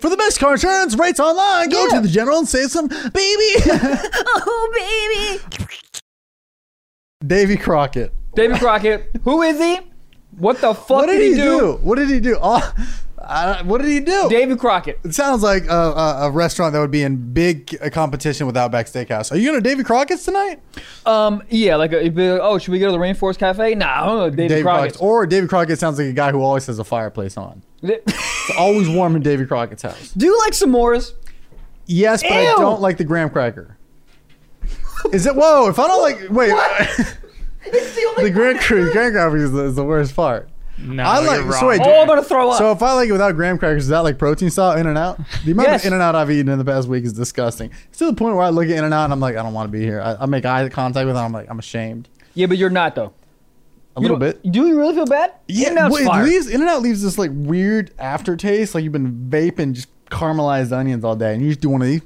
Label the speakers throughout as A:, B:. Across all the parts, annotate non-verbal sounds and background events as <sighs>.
A: For the best car insurance rates online, go
B: Yeah.
A: to the general and save some baby.
B: <laughs>
A: <laughs>
B: Oh, baby.
A: Davy Crockett. <laughs>
C: David Crockett. Who is he? What the fuck
A: What did he
C: do?
A: do? What did he do? Oh, <laughs> I- what did he do?
C: David Crockett.
A: It sounds like a, a, a restaurant that would be in big uh, competition with Outback Steakhouse. Are you going to Davy Crockett's tonight?
C: Um, yeah, like, it'd be like, oh, should we go to the Rainforest Cafe? Nah, I don't know. David,
A: Davy
C: Crockett.
A: Or Davy Crockett Oh. sounds like a guy who always has a fireplace on. <laughs> It's always warm in Davy Crockett's house.
C: do you like s'mores?
A: Yes, but I
C: Ew.
A: don't like the graham cracker. Is it? Whoa, if I don't like. Wait. <laughs> the graham, cra- graham cracker is the, is the worst part.
D: No,
A: I like-
D: you're wrong.
A: so wait,
C: Oh, I'm gonna throw up.
A: So if I like it without graham crackers, is that like protein style In and Out? The amount
C: Yes.
A: of In and Out I've eaten in the past week is disgusting. It's to the point where I look at In and Out and I'm like, I don't want to be here. I, I make eye contact with it. I'm like, I'm ashamed.
C: yeah, but you're not though.
A: A little bit.
C: Do you really feel bad?
A: Yeah,
C: In-N-Out's
A: well, it
C: fire.
A: leaves In and Out leaves this like weird aftertaste, like you've been vaping just caramelized onions all day, and you just do one of these.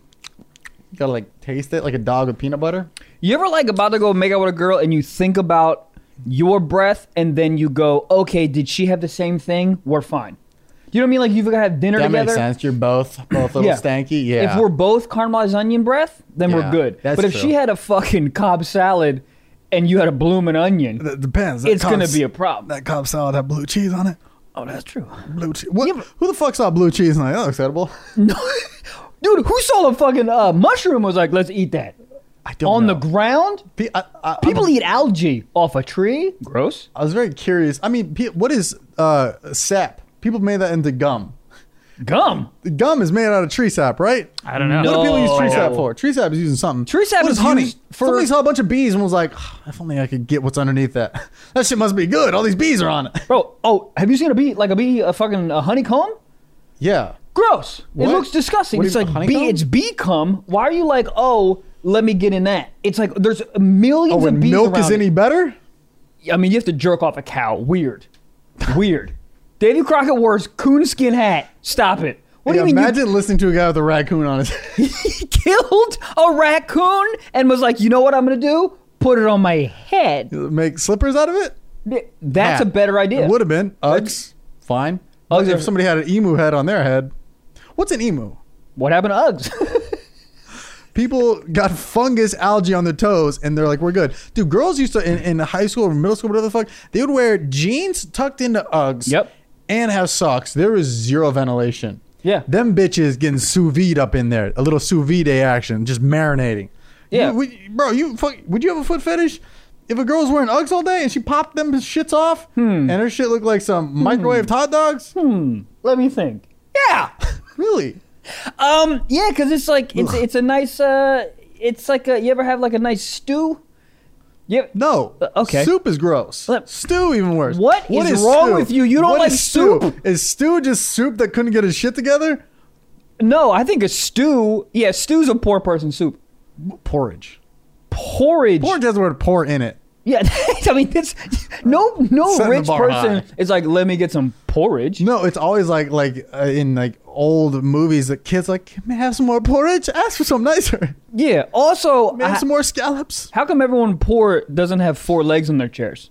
A: You gotta like taste it like a dog with peanut butter.
C: You ever like about to go make out with a girl and you think about your breath and then you go, okay, did she have the same thing? We're fine. You know what I mean? Like you've got to have dinner
A: That
C: together.
A: makes sense. You're both both a little
C: Yeah.
A: stanky. Yeah.
C: If we're both caramelized onion breath, then
A: Yeah,
C: we're good.
A: that's
C: But if
A: true.
C: she had a fucking cob salad and you had a bloomin' onion,
A: that depends. That
C: it's gonna
A: Cobb-
C: be a problem.
A: that Cobb salad had blue cheese on it.
C: oh, that's true.
A: Blue cheese. What? who the fuck saw blue cheese? And like, that looks edible.
C: <laughs> No, dude, who saw a fucking uh, mushroom? Was like, let's eat that
A: I don't
C: on
A: know.
C: the ground.
A: Pe- I, I,
C: People
A: I'm-
C: eat algae off a tree. Gross.
A: I was very curious. I mean, pe- what is uh, sap? People made that into gum.
C: Gum.
A: The gum is made out of tree sap, right?
D: I don't know.
A: What do people use tree
C: No.
A: sap for? Tree sap is using something.
C: Tree sap
A: What
C: is
A: honey.
C: used for-
A: Somebody saw a bunch of bees and was like, "Ah, if only I could get what's underneath that. <laughs> That shit must be good. All these bees are
C: <laughs>
A: on it.
C: Bro, oh, have you seen a bee like a bee a fucking a honeycomb?
A: Yeah.
C: Gross.
A: What?
C: It looks disgusting.
A: What do
C: it's
A: you-
C: like
A: honeycomb?
C: bee, it's bee cum. Why are you like, oh, let me get in that? It's like there's millions
A: Oh,
C: of
A: when
C: bees
A: milk is
C: around
A: any
C: it.
A: better?
C: I mean, you have to jerk off a cow. Weird. Weird. <laughs> Davy Crockett wears coonskin hat. Stop it. What
A: Yeah,
C: do you mean
A: imagine listening to a guy with a raccoon on his <laughs>
C: you he <laughs> killed a raccoon and was like, you know what I'm gonna do? Put it on my head.
A: Make slippers out of it?
C: That's
A: Hat.
C: a better idea.
A: It would have been. Uggs. Fine.
C: Uggs
A: if
C: are-
A: somebody had an emu head on their head. What's an emu?
C: What happened to Uggs? <laughs>
A: people got fungus algae on their toes and they're like we're good dude girls used to in, in high school or middle school whatever the fuck they would wear jeans tucked into uggs
C: Yep.
A: and have socks there is zero ventilation
C: Yeah.
A: them bitches getting sous vide up in there a little sous vide action just marinating
C: Yeah.
A: You- we- bro you fuck, would you have a foot fetish if a girl was wearing Uggs all day and she popped them shits off,
C: Hmm.
A: and her shit looked like some microwaved hot dogs,
C: Let me think. Yeah.
A: really?
C: Um, yeah, because it's like it's it's a nice uh, it's like a, you ever have like a nice stew. Yeah.
A: No.
C: Uh, okay.
A: Soup is gross.
C: Look.
A: stew even worse.
C: What is wrong with you? You don't like
A: is stew?
C: soup?
A: Is stew just soup that couldn't get his shit together?
C: No, I think a stew. Yeah, stew's a poor person soup.
A: Porridge.
C: Porridge.
A: Porridge has the word pour in it.
C: Yeah, <laughs> I mean it's no no
A: Setting the
C: rich
A: bar
C: person
A: high.
C: is like let me get some porridge.
A: No, it's always like like uh, in like old movies that kids like "Can I have some more porridge. Ask for some nicer.
C: Yeah. Also,
A: May I have
C: I-
A: some more scallops.
C: how come everyone poor doesn't have four legs on their chairs?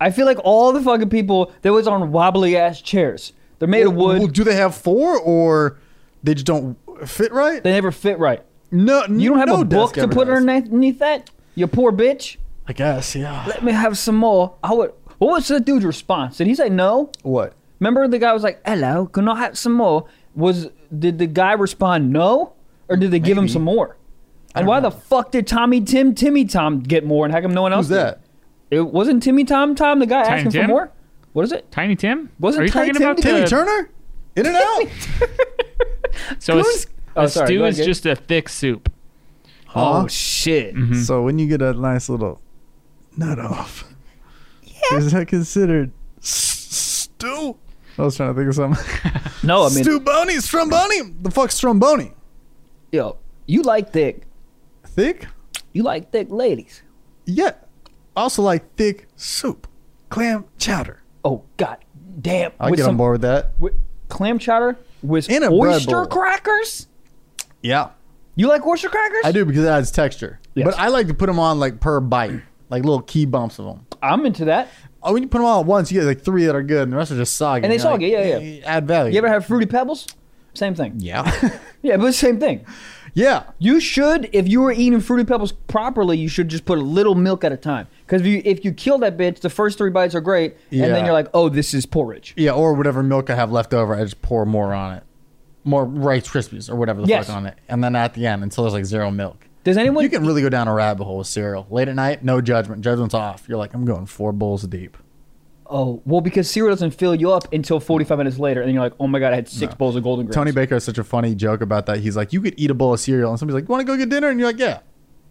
C: I feel like all the fucking people they was on wobbly ass chairs. They're made of wood.
A: Well, do they have four or they just don't fit right?
C: They never fit right.
A: no,
C: You don't have
A: no
C: a
A: desk
C: book to
A: ever
C: put
A: does.
C: underneath that. You poor bitch.
A: I guess yeah.
C: let me have some more. I would. What was the dude's response? Did he say no?
A: What?
C: Remember the guy was like, "Hello, can I have some more?" Was did the guy respond no, or did they give him some more? And why the fuck did Tommy Tim Timmy Tom get more, and how come no one else?
A: Who's that?
C: Did? It wasn't Timmy Tom Tom the guy
D: Tiny
C: asking for
D: Tim?
C: more. What is it?
D: Tiny Tim?
C: Wasn't
D: Are you
C: Tiny
D: talking
C: Tim
D: about
C: the-
A: Timmy
D: the,
A: Turner? In
C: <laughs>
A: and out.
D: <laughs> So a, s-
C: Oh,
D: a
C: sorry,
D: stew
C: go
D: is
C: ahead.
D: just Mm-hmm. a thick soup.
A: Huh?
C: shit!
A: So when you get a nice little nut off, is that considered s- stew? I was trying to think of something.
C: No, I mean,
A: stew bony, stromboni. The fuck's stromboni?
C: yo, you like thick,
A: Thick?
C: you like thick ladies.
A: Yeah. I Also like thick soup, clam chowder.
C: Oh god, damn!
A: I
C: with
A: get
C: some,
A: on board with that.
C: With clam chowder with
A: In a bread
C: oyster
A: bowl.
C: crackers.
A: Yeah,
C: You like oyster crackers?
A: I do because it adds texture.
C: Yes.
A: But I like to put them on like per bite, like little key bumps of them.
C: I'm into that.
A: Oh, when you put them all at once, you get like three that are good, and the rest are just soggy.
C: And they
A: You're like,
C: soggy, yeah, yeah.
A: Add value.
C: You ever have fruity pebbles? Same thing.
A: Yeah.
C: Yeah, but same thing.
A: yeah.
C: You should, if you were eating fruity pebbles properly, you should just put a little milk at a time. Because if you if you kill that bitch, the first three bites are great, and
A: Yeah.
C: then you're like, oh, this is porridge.
A: Yeah, or whatever milk I have left over, I just pour more on it. More Rice Krispies or whatever the
C: Yes.
A: fuck on it. And then at the end, until there's like zero milk.
C: Does anyone?
A: You can really go down a rabbit hole with cereal. Late at night, no judgment. Judgment's off. You're like, I'm going four bowls deep.
C: oh, well, because cereal doesn't fill you up until 45 minutes later, and then you're like, oh my god, I had six bowls of golden grapes.
A: Tony Baker has such a funny joke about that. He's like, you could eat a bowl of cereal, and somebody's like, you want to go get dinner? And you're like, yeah,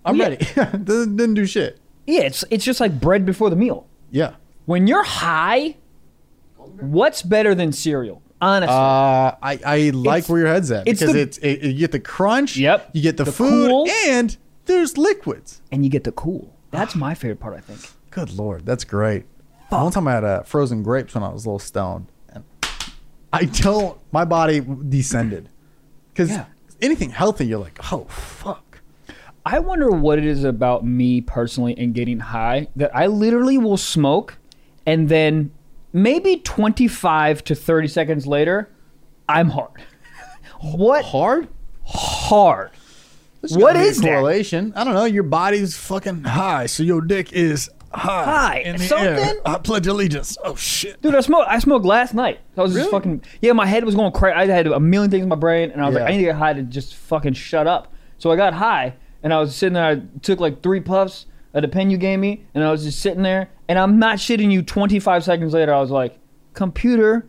A: I'm
C: Yeah.
A: ready. <laughs> Doesn't didn't do shit.
C: yeah, it's it's just like bread before the meal.
A: Yeah.
C: When you're high, what's better than cereal? Honestly,
A: Uh, I, I like
C: It's-
A: where your head's at
C: it's
A: because
C: the-
A: it's it, you get the crunch.
C: Yep.
A: You get the,
C: The
A: food,
C: cool.
A: and there's liquids.
C: and you get the cool. That's my favorite part. I think.
A: Good lord, that's great. One time I had uh, frozen grapes when I was a little stoned, and I don't. My body descended because
C: Yeah.
A: anything healthy, you're like, oh fuck.
C: I wonder what it is about me personally and getting high that I literally will smoke and then maybe 25 to 30 seconds later, I'm hard. <laughs> what
A: Hard.
C: hard?
A: There's
C: What
A: gotta be a
C: is that?
A: correlation? I don't know. Your body's fucking high, so your dick is high.
C: High.
A: in the
C: Something?
A: air. I pledge allegiance. Oh shit.
C: Dude, I smoked. I smoked last night. I was just
A: Really?
C: fucking. Yeah, my head was going crazy. I had a million things in my brain, and I was
A: Yeah.
C: like, I need to get high to just fucking shut up. So I got high, and I was sitting there. I took like three puffs of the pen you gave me, and I was just sitting there. And I'm not shitting you. 25 seconds later, I was like, "Computer,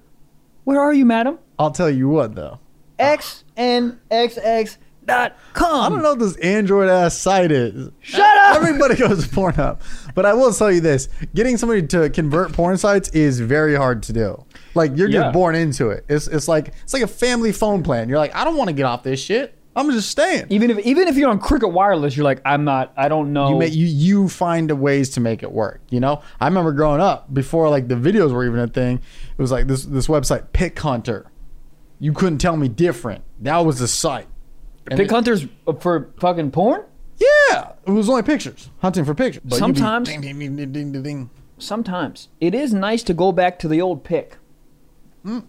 C: where are you, madam?
A: I'll tell you what though.
C: X and XX dot
A: I
C: com."
A: don't know what this Android ass site is.
C: Shut up!
A: Everybody goes to Pornhub. But I will tell you this getting somebody to convert porn sites is very hard to do. Like you're
C: Yeah.
A: just born into it. It's it's like it's like a family phone plan. You're like, I don't want to get off this shit. I'm just staying.
C: Even if even if you're on Cricket Wireless, you're like, "I'm not. I don't know."
A: you, make, you you find ways to make it work. You know, I remember growing up before like the videos were even a thing. It was like this this website Pick Hunter. You couldn't tell me different. That was the site. And
C: Pick
A: it-
C: hunters for fucking porn.
A: Yeah, it was only pictures hunting for pictures. But you'd be
C: Sometimes-
A: ding, ding, ding, ding, ding, ding, ding.
C: sometimes it is nice to go back to the old pick.
A: Hmm.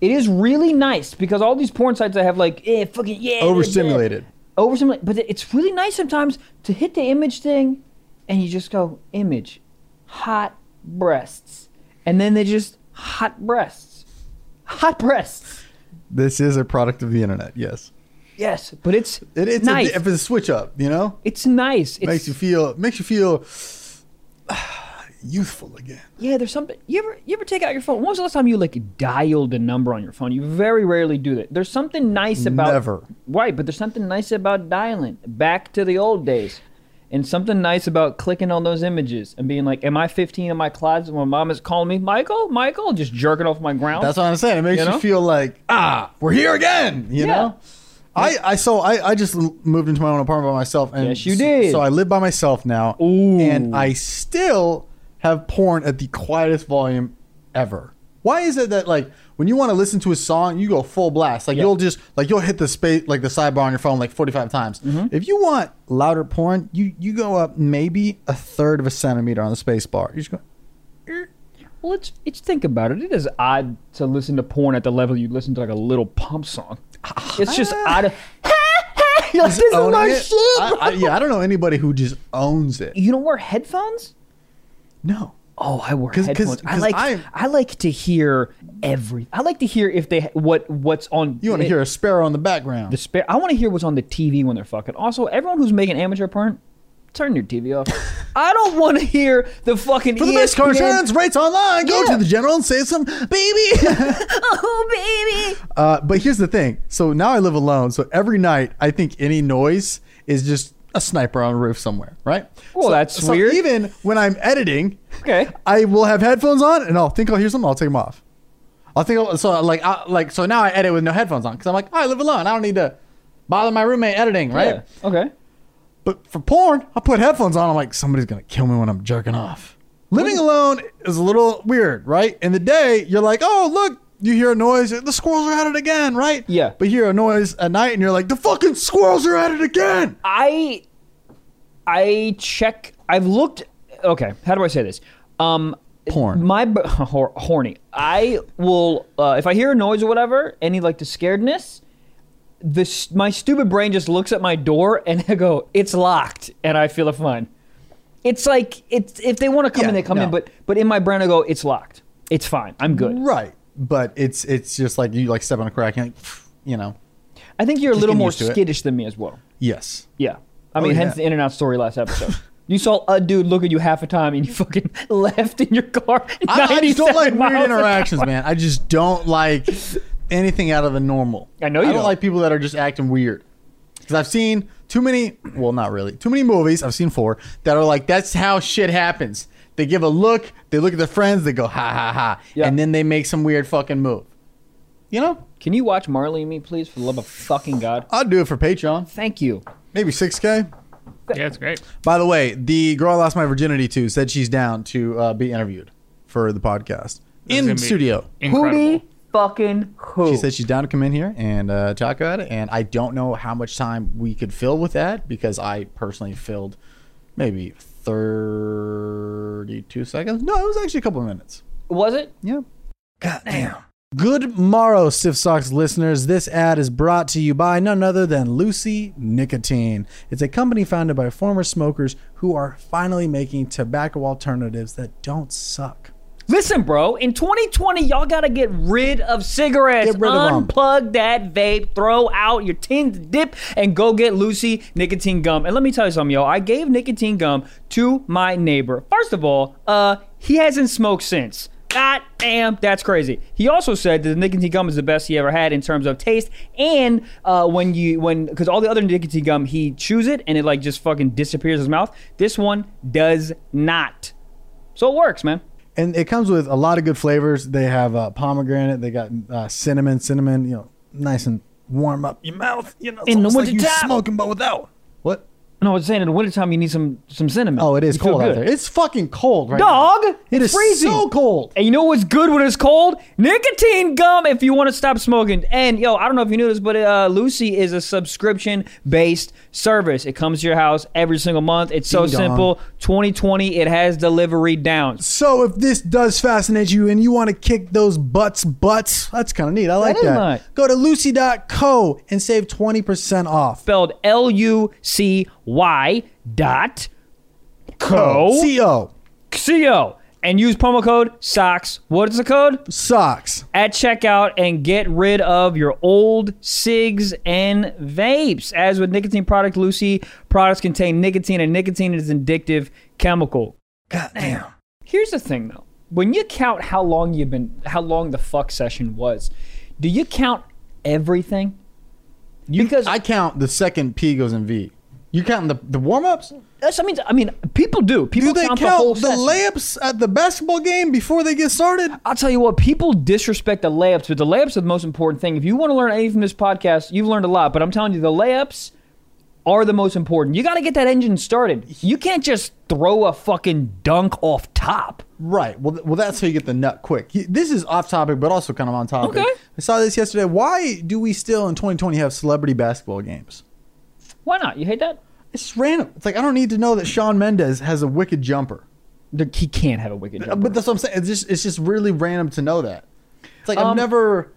C: It is really nice because all these porn sites I have like, eh, fucking yeah,
A: overstimulated.
C: overstimulated. But it's really nice sometimes to hit the image thing, and you just go image, hot breasts, and then they just hot breasts, hot breasts.
A: This is a product of the internet. Yes,
C: Yes, but it's
A: it, it's
C: nice.
A: A, if it's a switch up, you know,
C: it's nice. It's,
A: makes you feel makes you feel <sighs> youthful again.
C: Yeah, there's something. You ever you ever take out your phone? When was the last time you like dialed a number on your phone? You very rarely do that. There's something nice about
A: Never.
C: right, but there's something nice about dialing back to the old days, and something nice about clicking on those images and being like, "Am I 15 in my closet when mom is calling me, Michael, Michael?" Just jerking off my ground.
A: That's what I'm saying. It makes
C: Oh. You
A: you,
C: know?
A: feel like ah, we're here again. You
C: Yeah.
A: know. I, I so I, I just l- moved into my own apartment by myself and
C: Yes, you
A: s-
C: did.
A: So I live by myself now
C: Ooh.
A: and I still have porn at the quietest volume ever. Why is it that like when you want to listen to a song, you go full blast. Like
C: Yeah.
A: you'll just like you'll hit the space like the sidebar on your phone like 45 times.
C: Mm-hmm.
A: If you want louder porn, you you go up maybe a third of a centimeter on the space bar. You just go
C: well, it's it's think about it. It is odd to listen to porn at the level you listen to like a little pump song. It's just odd. Ah. <laughs> You're like, <laughs> this is
A: owning
C: my
A: it.
C: shit.
A: I-
C: bro."
A: I- yeah, I don't know anybody who just owns it.
C: you don't wear headphones?
A: No.
C: Oh, I wear
A: 'Cause- 'cause-
C: headphones. I
A: 'cause
C: like i
A: I'm-
C: like to hear every. I like to hear if they what what's on.
A: You want to hear a sparrow in the background.
C: the spare? I want to hear what's on the TV when they're fucking. Also, everyone who's making amateur porn, turn your TV
A: <laughs>
C: off. I don't want to hear the fucking. E
A: For the best car
C: ESPN.
A: insurance rates online, go
C: Yeah.
A: to the general and save some, baby. <laughs>
B: Oh, baby.
A: uh, but here's the thing. So now I live alone. So every night, I think any noise is just a sniper on a roof somewhere, right?
C: Well,
A: So-
C: that's
A: so
C: weird.
A: Even when I'm editing,
C: Okay.
A: I will have headphones on, and I'll think I'll hear something. I'll take them off. I'll think I'll, so. Like, I, like so now I edit with no headphones on because I'm like, "Oh, I live alone. I don't need to bother my roommate editing, right?
C: Yeah. Okay.
A: But for porn, I put headphones on. I'm like, somebody's gonna kill me when I'm jerking off. Living alone is a little weird, right? In the day, you're like, oh look, you hear a noise, the squirrels are at it again, right?
C: Yeah.
A: But you hear a noise at night, and you're like, the fucking squirrels are at it again.
C: I I check. I've looked. Okay, how do I say this? Um,
A: Porn.
C: My <laughs> b- hor- horny. I will uh, if I hear a noise or whatever, any like the scaredness. this my stupid brain just looks at my door and <laughs> I go, "It's locked," and I feel fine. It's like it's if they want to come
A: Yeah,
C: in, they come in,
A: no.
C: but but in my brain I go, "It's locked. It's fine. I'm good."
A: Right. But it's it's just like you like step on a crack and like, you know.
C: I think you're a
A: Just
C: little
A: get
C: more
A: used to it.
C: skiddish than me as well.
A: Yes.
C: Yeah, I mean,
A: Oh, yeah.
C: hence the in and out story last episode. <laughs> You saw a dude look at you half a time and you fucking <laughs> left in your car.
A: I, I just don't
C: 97
A: like weird
C: miles an
A: interactions, man. I just don't like anything out of the normal.
C: I know you
A: I don't,
C: don't.
A: like people that are just acting weird. Because I've seen too many, well, not really, too many movies. I've seen four that are like, that's how shit happens. They give a look, they look at their friends, they go, ha ha ha.
C: Yeah.
A: And then they make some weird fucking move. You know,
C: Can you watch Marley and Me, please, for the love of fucking God?
A: I'll do it for Patreon.
C: Thank you.
A: Maybe 6K.
D: Yeah, it's great.
A: By the way, the girl I lost my virginity to said she's down to uh, be interviewed for the podcast
D: It's gonna
A: in
D: be
A: studio.
D: Incredible.
C: fucking who?
A: She said she's down to come in here and uh, talk about it. And I don't know how much time we could fill with that because I personally filled maybe 32 seconds. No, it was actually a couple of minutes.
C: Was it?
A: Yeah. God damn. Good morrow, Stiff Socks listeners. This ad is brought to you by none other than Lucy Nicotine. It's a company founded by former smokers who are finally making tobacco alternatives that don't suck.
C: Listen, bro, in 2020, y'all gotta get rid of cigarettes.
A: Get rid of 'em.
C: Unplug that vape, throw out your tins dip, and go get Lucy nicotine gum. And let me tell you something, yo. I gave nicotine gum to my neighbor. First of all, uh, he hasn't smoked since. God damn, that's crazy. He also said that the nicotine gum is the best he ever had in terms of taste, and uh, when you when because all the other nicotine gum he chews it and it like just fucking disappears his mouth. This one does not, so it works, man.
A: and it comes with a lot of good flavors. They have uh, pomegranate. They got uh, cinnamon. Cinnamon, you know, nice and warm up your mouth. You know, it's
C: In the
A: almost like you
C: wintertime.
A: smoking, but without what?
C: No, I was saying in the wintertime you need some some cinnamon.
A: Oh, it is
C: You feel
A: cold out
C: good.
A: there. It's fucking cold right
C: Dog,
A: now. It is
C: freezing.
A: so cold.
C: And you know what's good when it's cold? Nicotine gum if you want to stop smoking. And yo, I don't know if you knew this, but uh, Lucy is a subscription based service. It comes to your house every single month. It's so
A: Ding dong.
C: simple. 2020, it has delivery down.
A: So if this does fascinate you and you want to kick those butts butts, that's kind of neat. I like
C: is
A: that.
C: nice.
A: Go to lucy.co and save 20% off.
C: Spelled L U C Y dot co
A: CO
C: C O. And use promo code SOCKS. What is the code?
A: socks.
C: at checkout and get rid of your old cigs and vapes. As with nicotine product, Lucy products contain nicotine, and nicotine is an addictive chemical.
A: Goddamn.
C: Here's the thing, though: when you count how long you've been, how long the fuck session was, do you count everything? because
A: I count the second P goes in V. You counting the, the warm ups?
C: that's, I mean, I mean, people do. People
A: Do they
C: count,
A: count
C: the whole
A: the,
C: session.
A: layups at the basketball game before they get started?
C: I'll tell you what, people disrespect the layups, but the layups are the most important thing. If you want to learn anything from this podcast, you've learned a lot, but I'm telling you, the layups are the most important. You got to get that engine started. You can't just throw a fucking dunk off top.
A: Right. Well, th- well, that's how you get the nut quick. Y- This is off topic, but also kind of on topic.
C: Okay.
A: I saw this yesterday. Why do we still in 2020 have celebrity basketball games?
C: Why not? You hate that?
A: It's just random. It's like I don't need to know that Sean Mendez has a wicked jumper.
C: The- He can't have a wicked
A: Uh,
C: jumper.
A: But that's what I'm saying. It's just it's just really random to know that. It's like
C: Um,
A: I've never.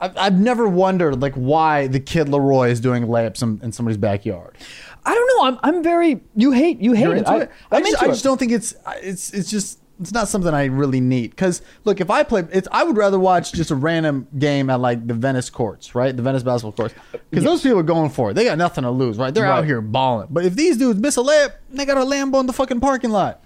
A: I've, I've never wondered like why the kid Leroy is doing layups in, in somebody's backyard.
C: I don't know. I'm, I'm very. You hate. You hate
A: You're
C: it.
A: into
C: I,
A: it. I
C: I'm
A: just,
C: into
A: I
C: it.
A: just don't think it's it's it's just it's not something I really need. Because look, if I play, it's I would rather watch just a random game at like the Venice courts, right? The Venice basketball courts, because those people are going for it. They got nothing to lose, right? They're out
C: Right.
A: here balling. But if these dudes miss a layup, they got a Lambo in the fucking parking lot.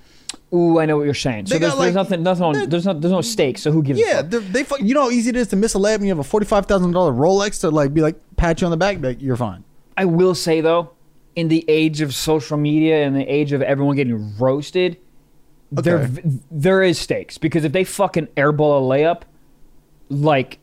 C: Ooh, I know what you're saying. So
A: They
C: there's,
A: got, like-
C: there's nothing. Nothing.
A: they're-
C: On, there's no. There's no stakes. So who gives?
A: Yeah,
C: A fuck?
A: they're- they fuck. You know how easy it is to miss a layup and you have a forty five thousand dollar Rolex to like be like pat you on the back, but you're fine.
C: I will say though, in the age of social media and the age of everyone getting roasted, there
A: Okay.
C: there is stakes because if they fucking airball a layup, like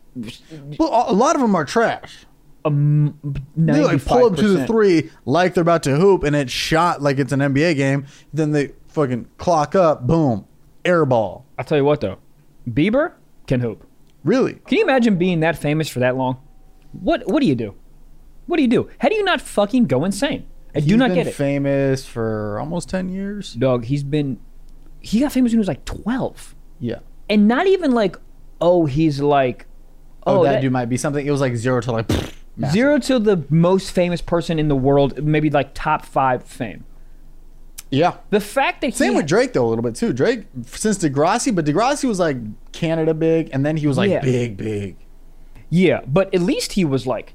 A: Well, a a lot of them are trash.
C: ninety
A: They
C: five
A: like pull up to the three like they're about to hoop, and it's shot like it's an NBA game. Then they fucking clock up, boom, air ball.
C: I'll tell you what though, Bieber can hoop.
A: Really?
C: Can you imagine being that famous for that long? What what do you do? What do you do? How do you not fucking go insane? I do
A: He's
C: not
A: been
C: get it,
A: Famous for almost ten years.
C: dog. He's been he got famous when he was like twelve,
A: Yeah.
C: and not even like oh he's like
A: Oh, that,
C: that-
A: Oh, dude might be something. It was like zero to like. Massive.
C: Zero to the most famous person in the world, maybe like top five fame.
A: Yeah.
C: The fact that
A: Same
C: he,
A: with Drake though a little bit too. Drake since Degrassi, but Degrassi was like Canada big, and then he was like
C: Yeah.
A: big, big.
C: yeah, but at least he was like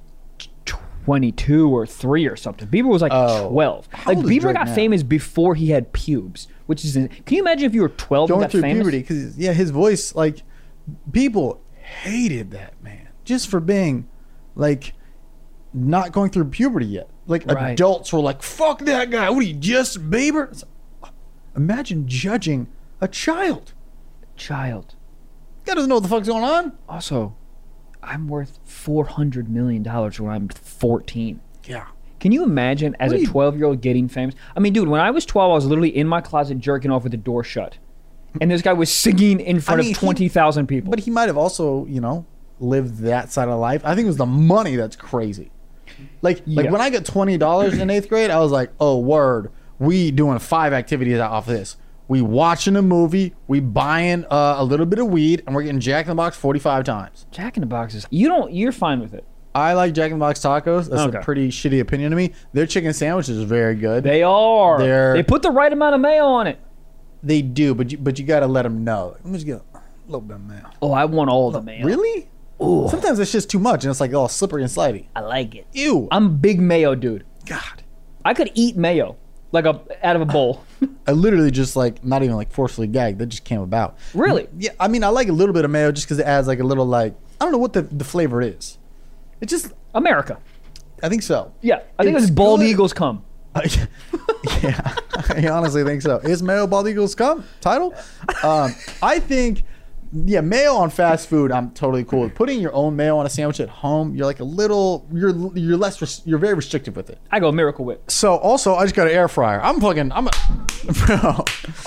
C: twenty-two or three or something. Bieber was like
A: Oh.
C: twelve.
A: How
C: Like
A: old is
C: Bieber
A: Drake
C: got
A: now?
C: famous before he had pubes, which is. Can you imagine if you were twelve and
A: Going
C: got
A: through
C: famous?
A: puberty because yeah, his voice like people hated that man just for being like not going through puberty yet. Like
C: Right.
A: adults were like, "Fuck that guy! What are you, Justin Bieber?" It's like, imagine judging a child.
C: Child.
A: Guy doesn't know what the fuck's going on.
C: Also, I'm worth four hundred million dollars when I'm fourteen.
A: Yeah.
C: Can you imagine as
A: What do
C: a
A: you-
C: 12 year old getting famous? I mean, dude, when I was 12, I was literally in my closet jerking off with the door shut. And this guy was singing in front
A: mean, he-
C: of 20,000 people.
A: But he might have also, you know, lived that side of life. I think it was the money that's crazy. Like, like
C: Yeah.
A: when I got twenty dollars in eighth grade, I was like, "Oh, word! We doing five activities off this. We watching a movie, we buying uh, a little bit of weed, and we're getting Jack in the Box forty-five times."
C: Jack in the Box is. You don't. You're fine with it.
A: I like Jack in the Box tacos. That's
C: Okay.
A: a pretty shitty opinion to me. Their chicken sandwich is very good. They,
C: They are.
A: They're-
C: They put the right amount of mayo on it.
A: do, but you, but you gotta let them know. Let me just get a little bit of mayo.
C: Oh, I want all the mayo.
A: Really? Sometimes it's just too much, and it's like all slippery and slidey.
C: I like it.
A: Ew.
C: I'm a big mayo, dude.
A: God.
C: I could eat mayo like a out of
A: <laughs>
C: a bowl.
A: I literally just like not even like forcefully gagged. That just came about.
C: really?
A: Yeah, I mean, I like a little bit of mayo just because it adds like a little like I don't know what the the flavor is. It just
C: America.
A: I think so.
C: Yeah. I think
A: It's
C: it's bald
A: good.
C: eagles come.
A: <laughs> yeah, <laughs> I honestly think so. Is mayo bald eagles come title? Um, I think yeah, mayo on fast food. I'm totally cool with putting your own mayo on a sandwich at home. You're like a little you're you're less res- you're very restrictive with it.
C: I go Miracle Whip.
A: So also, I just got an air fryer. I'm fucking I'm a <laughs> bro.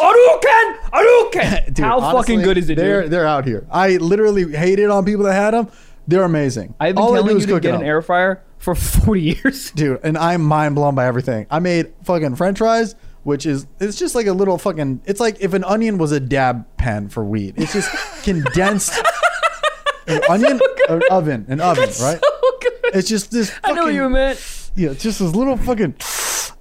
C: Aruken! <laughs> Aruken!
A: Dude,
C: How
A: honestly,
C: fucking good is it,
A: They're
C: dude?
A: they're out here. I literally hated on people that had them. They're amazing.
C: I've been
A: All I
C: telling
A: do
C: you
A: is
C: to
A: cook
C: get
A: it
C: an
A: up.
C: air fryer for <laughs> 40 years.
A: dude, and I'm mind blown by everything. I made fucking French fries, which is it's just like a little fucking. It's like if an onion was a dab pen for weed. It's
C: <laughs>
A: just condensed. An onion, an oven, an oven, right? It's just this.
C: I
A: Fucking,
C: know what you meant.
A: Yeah, it's just this little fucking,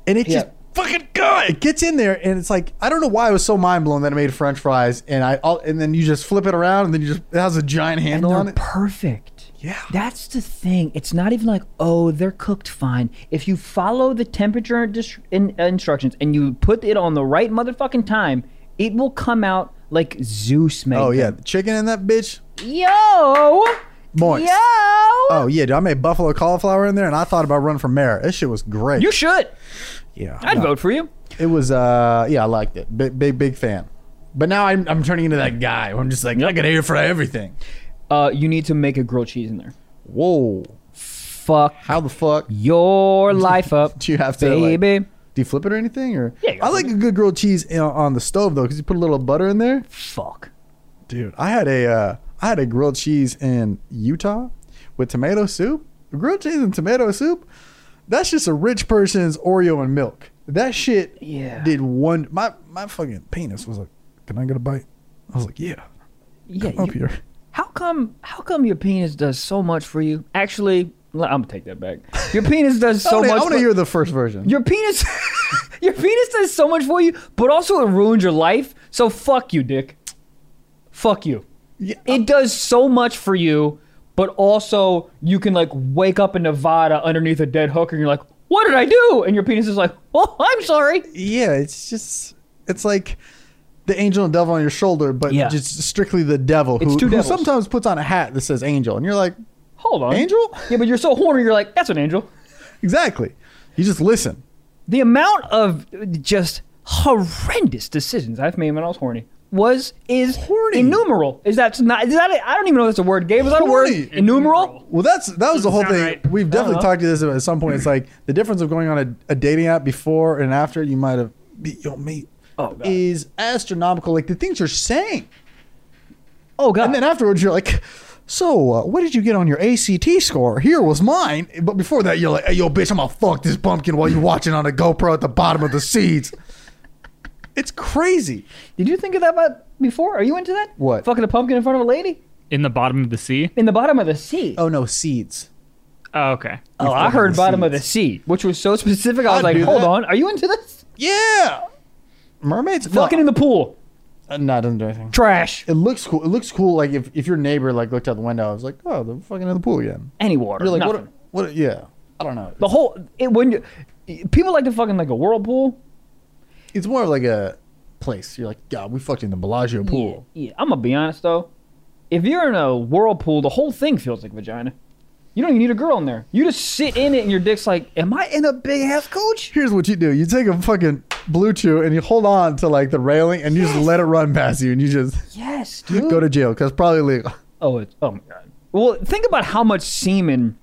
A: and it just
C: Yeah.
A: fucking god, it gets in there, and it's like I don't know why I was so mind blown that I made French fries, and I all, and then you just flip it around, and then you just it has a giant handle on it.
C: perfect.
A: Yeah.
C: That's the thing. It's not even like, oh, they're cooked fine. If you follow the temperature dis- in- uh, instructions and you put it on the right motherfucking time, it will come out like Zeus made
A: Oh yeah,
C: them.
A: the chicken in that bitch,
C: Yo!
A: moist.
C: Yo!
A: Oh yeah, dude, I made buffalo cauliflower in there, and I thought about running for mayor. This shit was great.
C: You should.
A: yeah,
C: I'd
A: no,
C: vote for you.
A: It was, uh, yeah, I liked it. Big, big, big fan. But now I'm, I'm turning into that guy. Where I'm just like, I can air fry everything.
C: Uh, you need to make a grilled cheese in there.
A: Whoa,
C: Fuck
A: how the fuck
C: your <laughs> life up,
A: do you have to, like-
C: baby.
A: do you flip it or anything? Or
C: Yeah, you
A: I like a good grilled cheese in, on the stove though, because you put a little butter in there.
C: Fuck.
A: Dude, I had a, uh, I had a grilled cheese in Utah with tomato soup. Grilled cheese and tomato soup. That's just a rich person's Oreo and milk. That shit
C: Yeah.
A: did one. My my fucking penis was like, "Can I get a bite?" I was like, "Yeah,
C: Yeah,
A: come up
C: you-
A: here."
C: How come? How come your penis does so much for you? Actually, I'm gonna take that back. Your penis
A: <laughs>
C: does
A: I
C: <laughs> so
A: wanna- I
C: much.
A: want to
C: for-
A: hear the first version.
C: your penis. <laughs> your penis does so much for you, but also it ruins your life. So fuck you, dick. Fuck you.
A: Yeah,
C: It does so much for you, but also you can like wake up in Nevada underneath a dead hooker, and you're like, "What did I do?" And your penis is like, "Oh, I'm sorry."
A: yeah, it's just it's like the angel and devil on your shoulder, but
C: Yeah.
A: just strictly the devil who,
C: It's two
A: who
C: devils.
A: sometimes puts on a hat that says angel, and you're like,
C: Hold on,
A: Angel? <laughs>
C: Yeah, but you're so horny. You're like, "That's an angel."
A: exactly. You just listen.
C: the amount of just horrendous decisions I've made when I was horny was is
A: Horny.
C: innumerable. Is that not? Is that? A, I don't even know if that's a word. Gabe, is that a word?
A: Horny.
C: Innumerable.
A: Well, that's that was the whole
D: Sound
A: thing.
D: right.
A: We've definitely
C: Uh-huh.
A: talked to this about at some point. It's like the difference of going on a, a dating app before and after. You might have beat your mate.
C: Oh, God.
A: is astronomical. Like the things you're saying,
C: Oh god.
A: and then afterwards you're like, "So, uh, what did you get on your ACT score? Here was mine." But before that, you're like, "Hey, yo, bitch, I'm gonna fuck this pumpkin while you're watching on a GoPro at the bottom of the seeds." it's crazy.
C: Did you think of that about before? Are you into that?
A: What?
C: Fucking a pumpkin in front of a lady
D: in the bottom of the sea.
C: Oh, in the bottom of the sea.
A: Oh no, seeds.
D: Oh, okay.
C: Oh, I
A: fucking
C: heard bottom of the
A: seeds.
C: sea, which was so specific. I was
A: I'd
C: like,
A: do
C: hold
A: that.
C: on, are you into this?
A: Yeah. Mermaids.
C: Fucking in the pool,
A: Uh, no, it doesn't do anything.
C: trash,
A: It looks cool. It looks cool. Like if, if your neighbor like looked out the window, I was like, oh, they're fucking in the pool again.
C: any water.
A: You're like,
C: nothing.
A: what? What? Yeah. I don't know.
C: the whole it when you, people like to fucking like a whirlpool.
A: It's more of like a place. You're like, God, we fucked in the Bellagio pool.
C: Yeah, I'm gonna be honest though. If you're in a whirlpool, the whole thing feels like vagina. You don't even need a girl in there. You just sit in it, and your dick's like, "Am I in a big ass coach?"
A: Here's what you do: you take a fucking blue chew and you hold on to like the railing and you just let it run past you and you just
C: Yes, dude.
A: go to jail because probably legal.
C: oh, it's, oh my god. Well, think about how much semen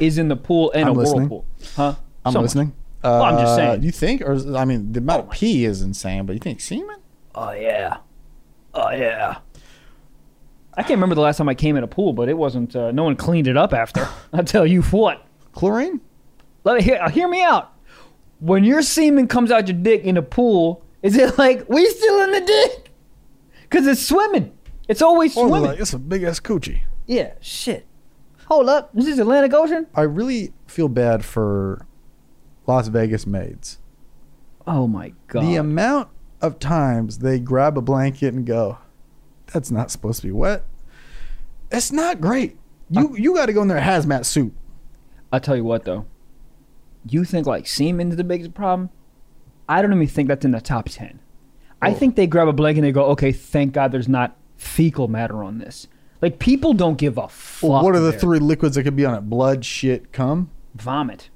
C: is in the pool and
A: I'm
C: a
A: listening.
C: whirlpool, huh?
A: I'm
C: So much.
A: listening.
C: I'm just
A: Uh,
C: saying.
A: You think, or is- I mean, the amount of pee is insane, but you think semen?
C: Oh yeah, oh yeah. I can't remember the last time I came in a pool, but it wasn't. Uh, no one cleaned it up after. <laughs> I tell you what.
A: Chlorine?
C: Let me hear, uh, hear me out. When your semen comes out your dick in the pool, is it <laughs> like we still in the dick? Cause it's swimming. It's always swimming.
A: it's a big ass coochie.
C: yeah, shit. Hold up, is this Atlantic Ocean?
A: I really feel bad for Las Vegas maids.
C: Oh my god.
A: The um, amount of times they grab a blanket and go, "That's not supposed to be wet." It's not great. You you got to go in their hazmat suit.
C: I tell you what though, you think like semen's the biggest problem? I don't even think that's in the top ten.
A: Oh.
C: I think they grab a blanket and they go, okay, thank God there's not fecal matter on this. Like people don't give a fuck.
A: what are the
C: there.
A: three liquids that could be on it? Blood, shit, cum,
C: Vomit.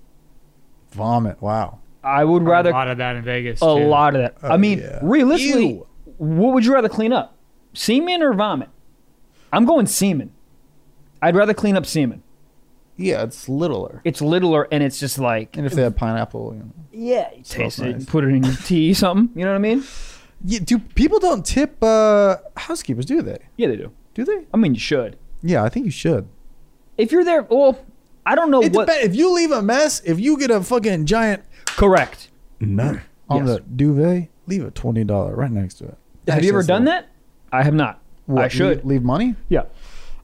A: vomit. Wow.
C: I would rather
D: a lot of that in Vegas.
C: a
D: too.
C: lot of that. I
A: Oh,
C: mean,
A: yeah.
C: realistically,
A: Ew.
C: what would you rather clean up, semen or vomit? I'm going semen. I'd rather clean up semen.
A: Yeah, it's littler.
C: It's littler and it's just like
A: And if they had pineapple, you know.
C: yeah, you taste it,
A: nice.
C: put
A: <laughs>
C: it in your tea, something. You know what I mean?
A: Yeah, do people don't tip uh, housekeepers? Do they?
C: Yeah, they do.
A: Do they?
C: I mean, you should.
A: Yeah, I think you should.
C: If you're there, well, I don't know
A: It
C: what.
A: depends. If you leave a mess, if you get a fucking giant
C: Correct.
A: nut on
C: Yes.
A: the duvet, leave a twenty dollar right next to it.
C: Have you ever done that? I have not. I should.
A: leave, leave money.
C: yeah.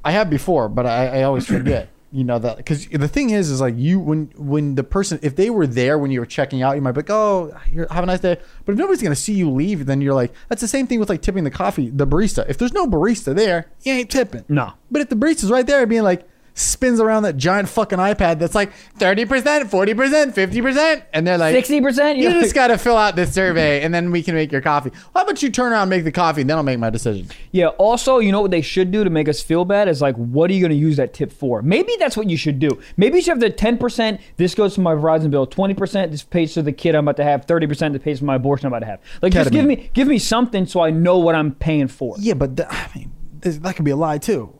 A: I have before, but I, I <clears throat> always forget. You know that because the thing is, is like you when when the person if they were there when you were checking out, you might be like, oh, here, have a nice day. But if nobody's gonna see you leave, then you're like, that's the same thing with like tipping the coffee, the barista. If there's no barista there, you ain't tipping.
C: No.
A: But if the barista's right there, being like spins around that giant fucking iPad that's like thirty percent, forty percent, fifty percent, and they're like
C: Sixty percent.
A: You just gotta fill out <laughs> this survey, and then we can make your coffee. How about you turn around, and make the coffee, and then I'll make my decision.
C: Yeah. Also, you know what they should do to make us feel bad is like, what are you going to use that tip for? Maybe that's what you should do. Maybe you should have the ten percent. This goes to my Verizon bill. Twenty percent. This pays for the kid I'm about to have. Thirty percent. This pays for my abortion I'm about to have. Like, just give
A: Ketamine.
C: me give me something so I know what I'm paying for.
A: Yeah, but th- I mean, this- that could be a lie too.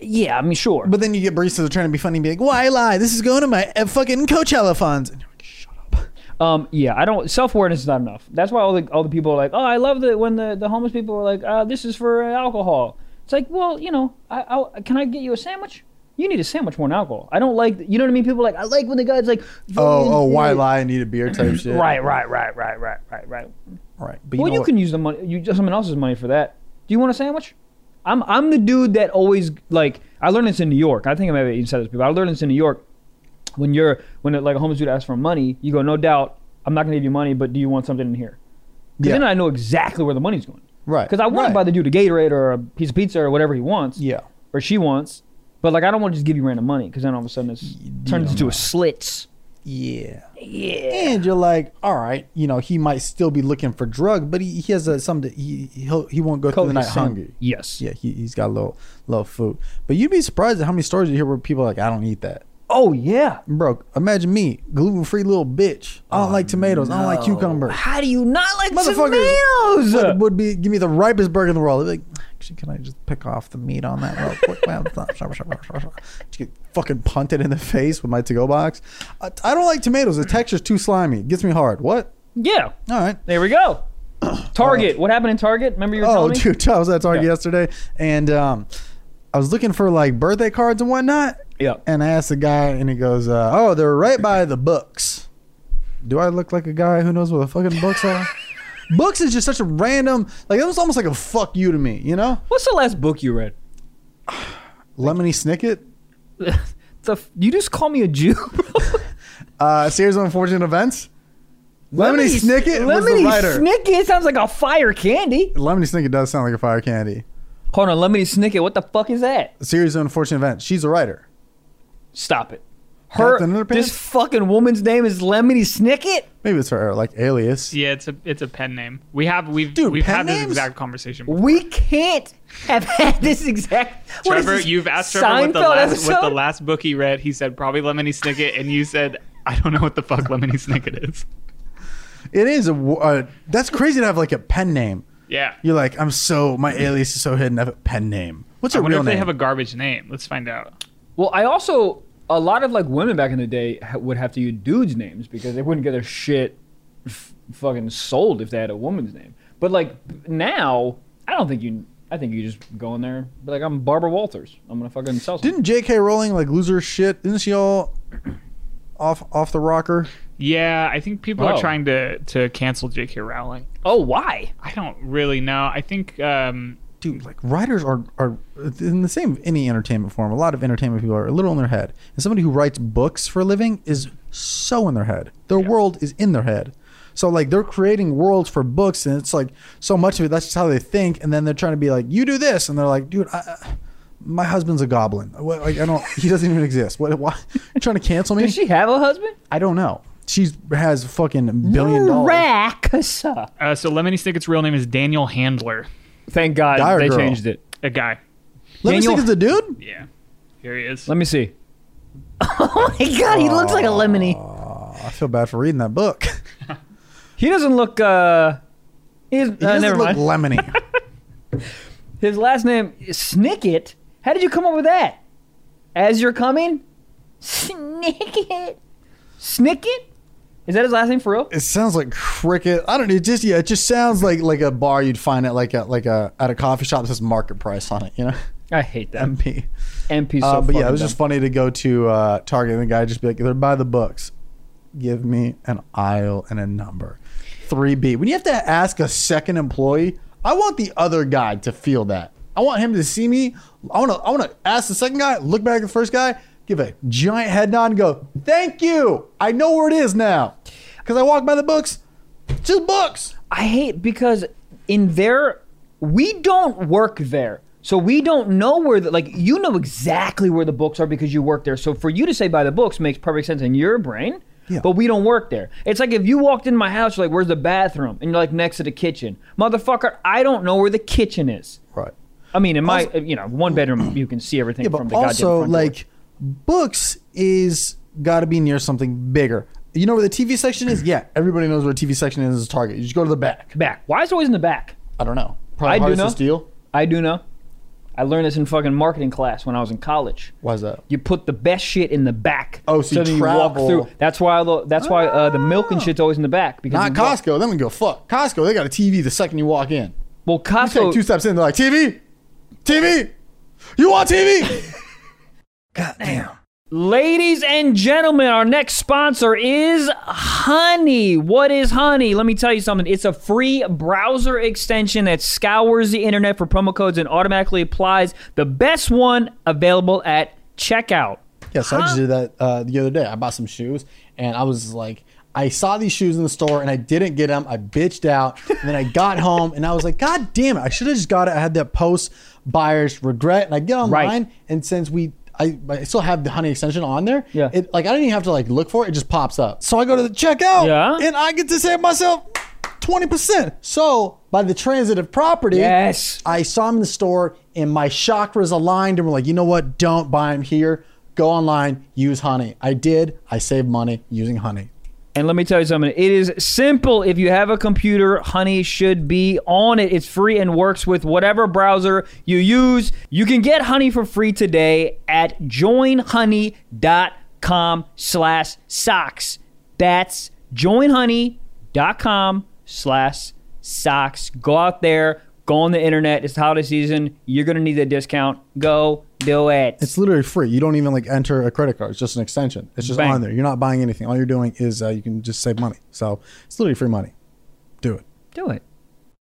C: Yeah. I mean, sure.
A: But then you get baristas that are trying to be funny and be like, why lie? This is going to my uh, fucking Coachella funds. And you're like, shut up.
C: Um, yeah, I don't. Self awareness is not enough. That's why all the all the people are like, oh, I love that when the, the homeless people are like, uh, this is for uh, alcohol. It's like, well, you know, I, I can I get you a sandwich? You need a sandwich more than alcohol. I don't like, you know what I mean? People are like, I like when the guy's like,
A: Oh,
C: fucking-
A: <laughs> oh, why lie? I need a beer type shit.
C: Right, right, right, right, right, right, right.
A: Right. But you
C: well,
A: know
C: you
A: what?
C: can use the money, you someone else's money for that. Do you want a sandwich? I'm I'm the dude that always like. I learned this in New York. I think I maybe even said this before. I learned this in New York. When you're when like a homeless dude asks for money, you go, no doubt, I'm not gonna give you money, but do you want something in here? 'Cause
A: Yeah.
C: Then I know exactly where the money's going.
A: Right.
C: Because I want to
A: Right.
C: buy the dude a Gatorade or a piece of pizza or whatever he wants.
A: Yeah.
C: Or she wants. But like I don't want to just give you random money because then all of a sudden it's turns into a slits.
A: Yeah.
C: Yeah.
A: And you're like, all right, you know, he might still be looking for drug, but he, he has a, something. He he'll, he won't go through the night hungry.
C: Yes.
A: Yeah, he, he's got a little little food. But you'd be surprised at how many stories you hear where people are like, I don't eat that.
C: Oh yeah.
A: Bro, imagine me, gluten free little bitch. I don't like tomatoes. I don't like cucumber.
C: How do you not like
A: Motherfuckers
C: tomatoes?
A: would, would be give me the ripest burger in the world. They'd be like, actually, can I just pick off the meat on that real quick? Well, it's not- Just get fucking punted in the face with my to-go box. I, I don't like tomatoes. The texture's too slimy. It gets me hard. What?
C: Yeah.
A: All right.
C: There
A: <coughs>
C: we go. Target. what happened in Target? Remember you were
A: Oh,
C: telling me?
A: dude, I was at Target
C: Yeah.
A: yesterday, and um, I was looking for like birthday cards and whatnot.
C: Yeah.
A: And I asked the guy, and he goes, uh, "Oh, they're right by the books." Do I look like a guy who knows where the fucking books
C: <laughs>
A: are? books is just such a random, like it was almost like a fuck you to me, you know?
C: What's the last book you read?
A: Lemony Snicket.
C: <laughs> the f- you just call me a Jew, <laughs> bro?
A: Uh, series of unfortunate events. Lemony, Snicket was the
C: Lemony
A: writer.
C: Snicket sounds like a fire candy.
A: Lemony Snicket does sound like a fire candy.
C: Hold on, Lemony Snicket. What the fuck is that?
A: Series of unfortunate events. She's a writer.
C: Stop it. Her
A: Captain Underpants?
C: this fucking woman's name is Lemony Snicket.
A: Maybe it's her like alias.
D: Yeah, it's a it's a pen name. We have we've
A: Dude,
D: we've
A: pen
D: had
A: names?
D: this exact conversation. before.
C: We can't have had this exact. what is
D: Trevor,
C: this,
D: you've asked Trevor what the
C: Seinfeld
D: last what the
C: episode?
D: last book he read. He said probably Lemony Snicket, and you said I don't know what the fuck Lemony Snicket is.
A: It is a. wo- Uh, that's crazy to have like a pen name.
D: Yeah,
A: You're like, I'm so my alias is so hidden. I have a pen name. What's
D: I
A: her
D: wonder
A: real
D: if they
A: name?
D: have a garbage name. Let's find out.
C: Well, I also a lot of like women back in the day ha- would have to use dudes' names because they wouldn't get their shit f- fucking sold if they had a woman's name. But like now, I don't think you. I think you just go in there, be like, I'm Barbara Walters. I'm gonna fucking sell. Something.
A: Didn't J.K. Rowling like lose her shit? Isn't she all off off the rocker?
D: Yeah, I think people
C: Oh.
D: are trying to to cancel J.K. Rowling.
C: Oh, why?
D: I don't really know. I think um,
A: Dude, like writers are are in the same any entertainment form. A lot of entertainment people are a little in their head, and somebody who writes books for a living is so in their head. Their world is in their head. So like they're creating worlds for books, and it's like so much of it. That's just how they think, and then they're trying to be like, "You do this," and they're like, "Dude, I, I- my husband's a goblin. What, like I don't. He doesn't even exist. What? Why? <laughs> You trying to cancel me?
C: Does she have a husband?
A: I don't know. She has fucking billion dollars.
C: Rakasa.
D: uh, so Lemony Snicket's real name is Daniel Handler,
C: Thank God
A: Dire
C: they
A: Girl.
C: changed it.
D: a guy.
A: Let me
C: Daniel-
A: think it's a dude.
D: Yeah, here he is.
C: Let me see. oh my God, he looks like a lemony.
A: I feel bad for reading that book. <laughs>
C: He doesn't look. uh He's
A: He
C: uh,
A: doesn't
C: never
A: look
C: mind. <laughs>
A: lemony.
C: His last name is Snicket. How did you come up with that? As you're coming,
B: Snicket.
C: Snicket. Is that his last name for real?
A: it sounds like cricket. I don't know. It just yeah, it just sounds like like a bar you'd find at like a like a at a coffee shop that says market price on it. You know, <laughs>
C: I hate that.
A: MP.
C: MP. So
A: Uh, but yeah, it was just
C: just.
A: funny to go to uh, Target and the guy just be like, "They're by the books. Give me an aisle and a number." Three B. When you have to ask a second employee, I want the other guy to feel that. I want him to see me. I want to. I want to ask the second guy. Look back at the first guy. Give a giant head nod and go, "Thank you. I know where it is now." Because I walk by the books. It's just books.
C: I hate because in there we don't work there. So we don't know where the like you know exactly where the books are because you work there. So for you to say by the books makes perfect sense in your brain.
A: Yeah.
C: But we don't work there. It's like if you walked in my house, you're like, where's the bathroom? And you're like next to the kitchen. Motherfucker, I don't know where the kitchen is.
A: Right.
C: I mean, in my
A: Also-
C: you know, one bedroom you can see everything
A: Yeah,
C: from
A: but
C: the
A: also
C: goddamn front door.
A: like books is got to be near something bigger. You know where the TV section is? Yeah, everybody knows where the TV section is. Is Target. You just go to the back.
C: back. Why is it always in the back?
A: I don't know. Probably
C: I do
A: hardest
C: know.
A: to steal.
C: I do know. I learned this in fucking marketing class when I was in college.
A: Why is that?
C: You put the best shit in the back.
A: Oh, so you
C: then
A: travel- Ah.
C: That's why the, that's why uh, the milk and shit's always in the back because
A: Not
C: you walk-
A: Costco. Then we go fuck Costco. They got a TV the second you walk in.
C: Well,
A: Take
C: Costco.
A: two steps in, they're like TV, TV. You want TV?
C: Ladies and gentlemen, our next sponsor is Honey. What is Honey? Let me tell you something. It's a free browser extension that scours the internet for promo codes and automatically applies the best one available at checkout.
A: yeah, so I just did that uh, the other day. I bought some shoes, and I was like. I saw these shoes in the store and I didn't get them. I bitched out. And then I
C: <laughs>
A: got home and I was like, God damn it. I should have just got it. I had that post buyer's regret. And I get online and since we, I, I still have the honey extension on there.
C: Yeah.
A: It, like I didn't even have to like look for it. It just pops up. So I go to the checkout
C: Yeah.
A: and I get to save myself 20%. So by the transitive property,
C: Yes.
A: I saw him in the store and my chakras aligned and we're like, you know what? Don't buy him here. Go online, use honey. I did. I saved money using honey.
C: And let me tell you something. It is simple. If you have a computer, Honey should be on it. It's free and works with whatever browser you use. You can get Honey for free today at joinhoney.com slash socks. That's joinhoney.com slash socks. Go out there, go on the internet. It's the holiday season. You're going to need a discount. Go do it.
A: It's literally free. You don't even like enter a credit card. It's just an extension. It's just
C: Bang.
A: on there. You're not buying anything. All you're doing is uh, you can just save money. So it's literally free money. Do it.
C: do it.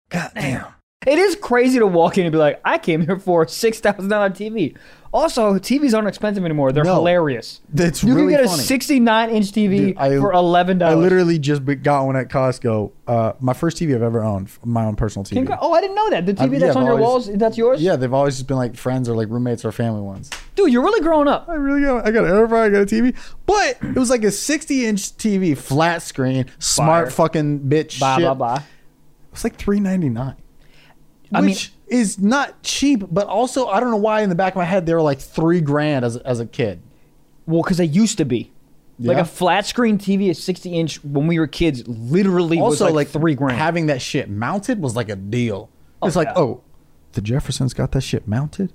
A: God damn.
C: It is crazy to walk in and be like, I came here for a six thousand dollar TV. Also, TVs aren't expensive anymore. They're
A: No.
C: hilarious.
A: That's
C: You
A: really
C: can get
A: funny.
C: a sixty-nine inch TV
A: Dude, I-
C: for eleven
A: I
C: dollars.
A: literally just be- got one at Costco. Uh, my first TV I've ever owned, my own personal TV.
C: Oh, I didn't know that. The TV
A: yeah,
C: that's on
A: I've
C: your
A: always-
C: walls, that's yours.
A: Yeah, they've always just been like friends or like roommates or family ones.
C: dude, you're really growing up.
A: I really got I got an air fryer, I got a TV, but it was like a 60 inch TV, flat screen, smart
C: Fire.
A: fucking bitch.
C: Bye,
A: Oh, shit.
C: bye, bye.
A: It was like 3.99,
C: I mean-
A: which is not cheap, but also I don't know why in the back of my head they were like three grand as as a kid.
C: Well, because they used to be. Like
A: Yeah.
C: a flat screen TV, a sixty inch when we were kids, literally was
A: Also,
C: like,
A: like,
C: three grand.
A: Having that shit mounted was like a deal. it's like,
C: yeah.
A: oh, the Jeffersons got that shit mounted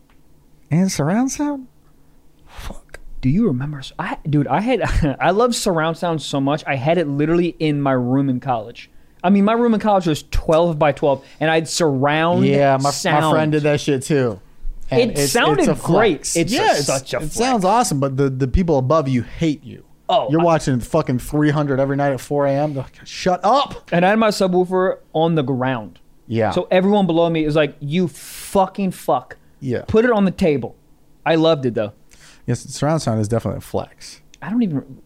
A: and surround sound. Fuck.
C: Do you remember? I dude, I had <laughs> I love surround sound so much. I had it literally in my room in college. I mean, my room in college was twelve by twelve, and I had surround.
A: Yeah, my,
C: sound.
A: my friend did that shit too.
C: It sounded
A: a flex.
C: great. It's a- such a
A: It
C: flex.
A: sounds awesome, but the, the people above you hate you.
C: Oh,
A: you're
C: I-
A: watching fucking 300 every night at 4 a.m. They're like, Shut up.
C: and I had my subwoofer on the ground.
A: Yeah.
C: So everyone below me is like, "You fucking fuck."
A: Yeah.
C: Put it on the table. I loved it though.
A: yes, surround sound is definitely a flex.
C: I don't even.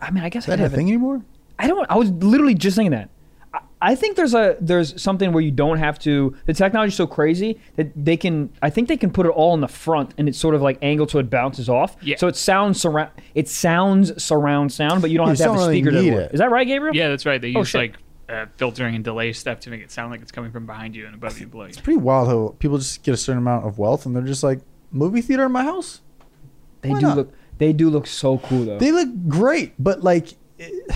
C: I mean, I guess
A: Is
C: I
A: that a
C: have
A: thing anymore?
C: I don't. I was literally just thinking that. I, I think there's a there's something where you don't have to. The technology's so crazy that they can. I think they can put it all in the front, and it's sort of like angled so it bounces off.
D: Yeah.
C: So it sounds surround. It sounds surround sound, but you don't
A: You
C: have to have
A: don't
C: a
A: really
C: speaker
A: need
C: to
A: it.
C: Is that right, Gabriel?
D: Yeah, that's right. They use
C: shit.
D: like uh, filtering and delay stuff to make it sound like it's coming from behind you and above you and below you.
A: Pretty wild how people just get a certain amount of wealth and they're just like, movie theater in my house?
C: They
A: Why
C: do
A: not?
C: look. They do look so cool though.
A: They look great, but like, it-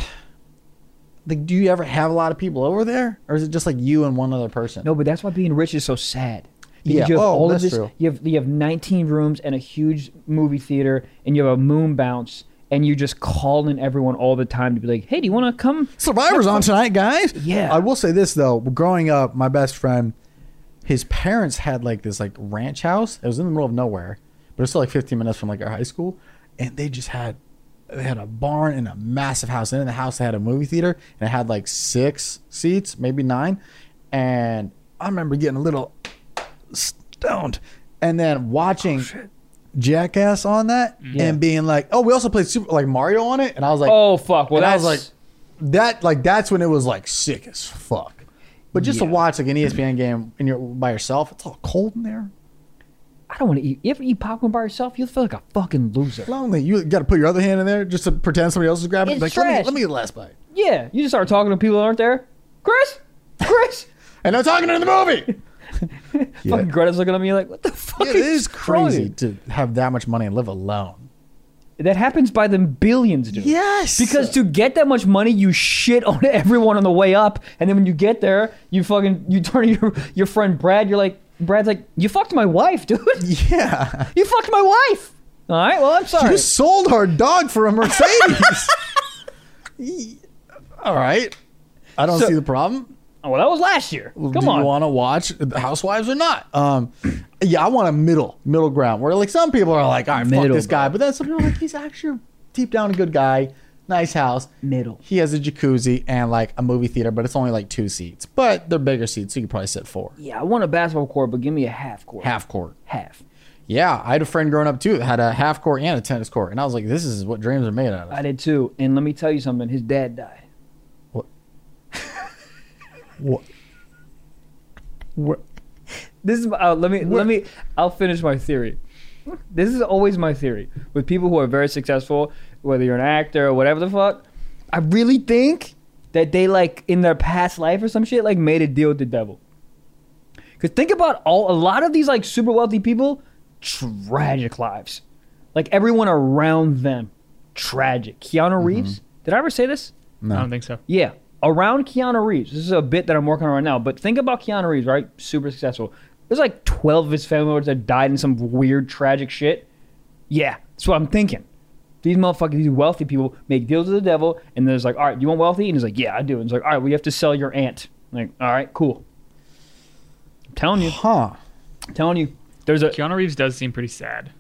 A: like, do you ever have a lot of people over there? Or is it just like you and one other person?
C: no, but that's why being rich is so sad.
A: Yeah.
C: You
A: Oh,
C: have all
A: that's
C: of this.
A: true.
C: You have you have 19 rooms and a huge movie theater, and you have a moon bounce, and you're just calling everyone all the time to be like, "Hey, do you want to come?"
A: Survivor's on tonight, guys.
C: Yeah.
A: I will say this though. Growing up, my best friend, his parents had like this like ranch house. It was in the middle of nowhere, but it's still like 15 minutes from like our high school. And they just had they had a barn and a massive house. And in the house they had a movie theater and it had like six seats, maybe nine. And I remember getting a little stoned and then
C: Oh,
A: watching Jackass on that and being like, Oh, we also played super like Mario on it. And I was like,
C: Oh fuck! Well,
A: and I
C: that's
A: was like, that like that's when it was like sick as fuck. But just to watch like an E ESPN game and you're by yourself, it's all cold in there.
C: I don't want to eat. You ever eat popcorn by yourself? You'll feel like a fucking loser.
A: Lonely. You got to put your other hand in there just to pretend somebody else is grabbing. it. like,
B: It's
A: let me,
B: trash.
A: let me get the last bite.
C: Yeah, you just start talking to people that aren't there. Chris, Chris.
A: And I'm talking in the movie. yeah.
C: Fucking Greta's looking at me like, what the fuck?
A: Yeah, it is
C: wrong with
A: crazy to have that much money and live alone.
C: you? That happens by the billions, dude.
A: Yes.
C: <laughs> Because to get that much money, you shit on <laughs> everyone on the way up, and then when you get there, you fucking you turn to your your friend Brad. You're like, Brad's like, you fucked my wife, <laughs> dude.
A: yeah,
C: You fucked my wife. All right, well I'm sorry.
A: you sold our dog for a Mercedes. Ye- all right. I don't
C: So-
A: see the problem.
C: Oh, well, that was last year. Come
A: do
C: on.
A: you want to watch The Housewives or not? Um, yeah, I want a middle middle ground where like some people are like, all right, fuck
C: Middle,
A: this guy, but then some people are like, he's actually deep down a good guy, nice house,
C: Middle.
A: He has a jacuzzi and like a movie theater, but it's only like two seats, but they're bigger seats, so you could probably sit four,
C: yeah, I want a basketball court, but give me a half court.
A: half court.
C: Half.
A: Yeah, I had a friend growing up too that had a half court and a tennis court, and I was like, this is what dreams are made out of.
C: I did too. And let me tell you something. His dad died. <laughs>
A: What? What?
C: This is uh, let me let me. I'll finish my theory. This is always my theory with people who are very successful, whether you're an actor or whatever the fuck. I really think that they like in their past life or some shit like made a deal with the devil. Cause think about all a lot of these like super wealthy people, tragic lives. Like everyone around them, tragic. Keanu
D: Mm-hmm.
C: Reeves. Did I ever say this?
D: I don't think so.
C: Yeah, around Keanu Reeves. This is a bit that I'm working on right now. But think about Keanu Reeves, right? Super successful. There's like 12 of his family members that died in some weird, tragic shit. Yeah, that's what I'm thinking. These motherfuckers, these wealthy people, make deals with the devil, and then it's like, all right, you want wealthy? And he's like, yeah, I do. And it's like, all right, we have to sell your aunt. I'm like, all right, cool. I'm telling you,
A: Huh?
C: I'm telling you. There's a
D: Keanu Reeves does seem pretty sad.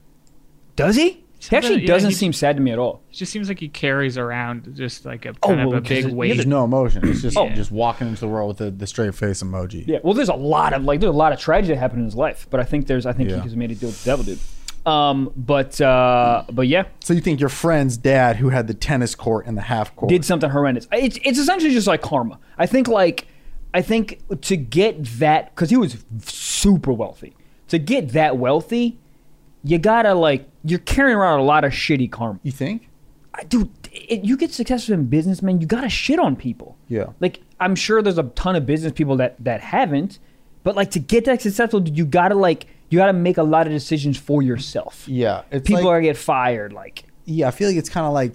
C: does he? He actually
D: Sometimes- yeah,
C: doesn't
D: he-
C: seem sad to me at all.
D: It just seems like he carries around Oh, just like a kind
C: well,
D: of a
C: 'cause
D: big
C: it- yeah,
D: weight.
A: There's no emotion. It's just
D: Oh.
A: just walking into the world with the, the straight face emoji.
C: Yeah, well, there's a lot of like there's a lot of tragedy that happened in his life, but I think there's I think he
A: Yeah.
C: just made a deal with the devil, dude. Um, but uh, but yeah,
A: So you think your friend's dad, who had the tennis court and the half court,
C: did something horrendous. It's it's essentially just like karma. I think like I think to get that because he was super wealthy. To get that wealthy, you gotta like you're carrying around a lot of shitty karma.
A: you think?
C: I- dude, it, you get successful in business, man. You gotta shit on people.
A: Yeah.
C: Like I'm sure there's a ton of business people that that haven't, but like to get that successful, dude, you gotta like you gotta make a lot of decisions for yourself.
A: Yeah, it's
C: People
A: like-
C: are get fired. Like
A: yeah, I feel like it's kind of like.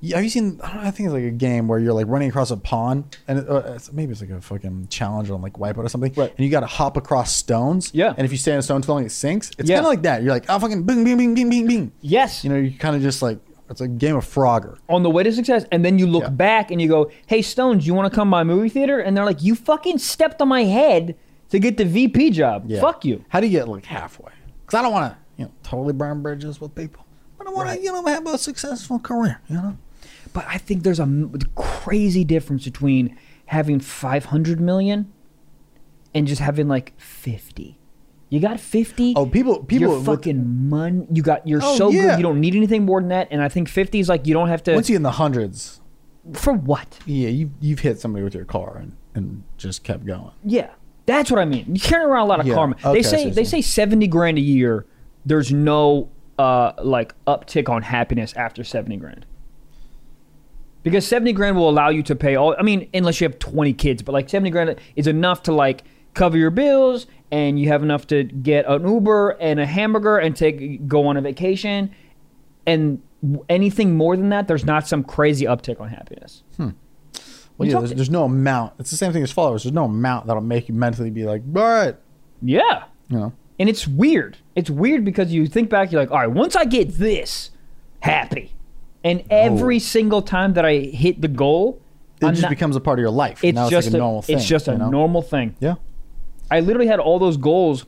A: yeah, Have you seen? I, don't know, I think it's like a game where you're like running across a pond, and it, uh, it's- maybe it's like a fucking challenge on like Wipeout or something.
C: Right.
A: And you got to hop across stones.
C: Yeah.
A: And if you stay on a stone too long, it sinks. It's
C: Yeah.
A: kind of like that. You're like, oh fucking bing, bing, bing, bing, bing, bing.
C: yes,
A: You know, you kind of just like it's like a game of Frogger.
C: on the way to success, and then you look
A: Yeah.
C: back and you go, "Hey, Stones, you want to come to my movie theater?" And they're like, "You fucking stepped on my head to get the VP job.
A: Yeah.
C: Fuck you."
A: How do you get like halfway? Because I don't want to, you know, totally burn bridges with people. But I want to, you know, have a successful career. You know.
C: But I think there's a m- crazy difference between having 500 million and just having like 50. You got 50.
A: Oh, people, people.
C: you're
A: with-
C: fucking mon. You got. You're
A: Oh,
C: so
A: yeah.
C: good. You don't need anything more than that. And I think 50 is like you don't have to.
A: once you get in the hundreds,
C: for what?
A: yeah, you you've hit somebody with your car and and just kept going.
C: Yeah, that's what I mean. You carry around a lot of
A: Yeah,
C: karma.
A: okay,
C: they
A: I see
C: say
A: what
C: they
A: you're
C: say 70 grand a year. There's no uh like uptick on happiness after 70 grand. Because 70 grand will allow you to pay all I mean unless you have 20 kids, but like 70 grand is enough to like cover your bills and you have enough to get an Uber and a hamburger and take go on a vacation and w- anything more than that there's not some crazy uptick on happiness.
A: Well, yeah,
C: talk-
A: there's, there's no amount. It's the same thing as followers. There's no amount that'll make you mentally be like, all right,
C: Yeah.
A: you know.
C: And it's weird. It's weird because you think back, you're like, all right, once I get this, happy.
A: Oh.
C: And every single time that I hit the goal,
A: It
C: I'm
A: just
C: not-
A: becomes a part of your life.
C: it's
A: now
C: just
A: it's like a, normal thing.
C: It's just a
A: you know?
C: normal thing.
A: Yeah.
C: I literally had all those goals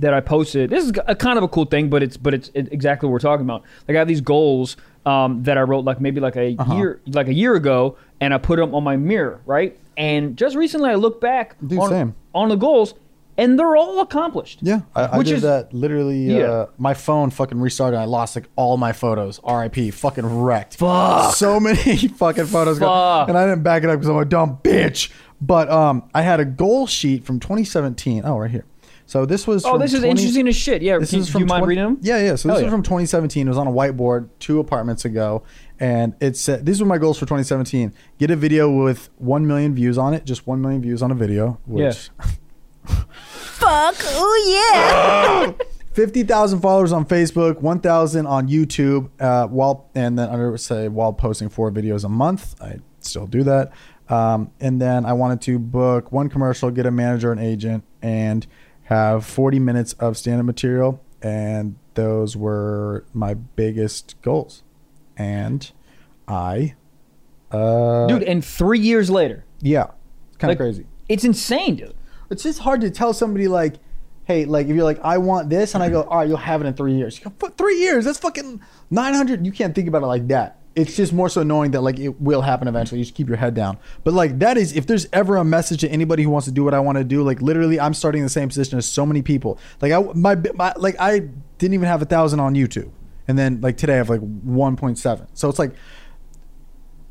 C: that I posted. This is a kind of a cool thing, but it's but it's it- exactly what we're talking about. Like I have these goals um, that I wrote like maybe like a
A: Uh-huh.
C: year like a year ago, and I put them on my mirror, right? And just recently, I looked back
A: Dude,
C: on,
A: same.
C: on the goals, and they're all accomplished.
A: Yeah. I, I
C: Which
A: did
C: is-
A: that literally.
C: Yeah.
A: Uh, my phone fucking restarted. And I lost like all my photos. RIP. Fucking wrecked. Fuck. So many <laughs> fucking photos. gone.
C: Fuck.
A: And I didn't back it up because I'm a dumb bitch. But um, I had a goal sheet from 2017. Oh, right here. So this was.
C: Oh,
A: from
C: this is
A: 20
C: interesting as shit. Yeah,
A: This
C: do,
A: is
C: do
A: from
C: you mind
A: 20
C: reading them?
A: Yeah, yeah. So this
C: Hell
A: is
C: yeah.
A: from 2017. It was on a whiteboard two apartments ago, and it said these were my goals for 2017: get a video with one million views on it, just one million views on a video, which
B: Fuck, oh yeah.
A: fifty thousand followers on Facebook, one thousand on YouTube, uh, while and then under say while posting four videos a month. I still do that, um, and then I wanted to book one commercial, get a manager, an agent, and have forty minutes of stand-up material. And those were my biggest goals, and I, uh,
C: dude. And three years later,
A: yeah, kind of
C: Like-
A: crazy.
C: it's insane, dude.
A: It's just hard to tell somebody like, hey, like if you're like, I want this, and I go, all right, you'll have it in three years. You go, "Fuck, three years? That's fucking nine hundred. You can't think about it like that. It's just more so knowing that like it will happen eventually. You just keep your head down. But like that is, if there's ever a message to anybody who wants to do what I want to do, like literally, I'm starting in the same position as so many people. Like I, my, my like I didn't even have a thousand on YouTube, and then like today I have like 1.7. So it's like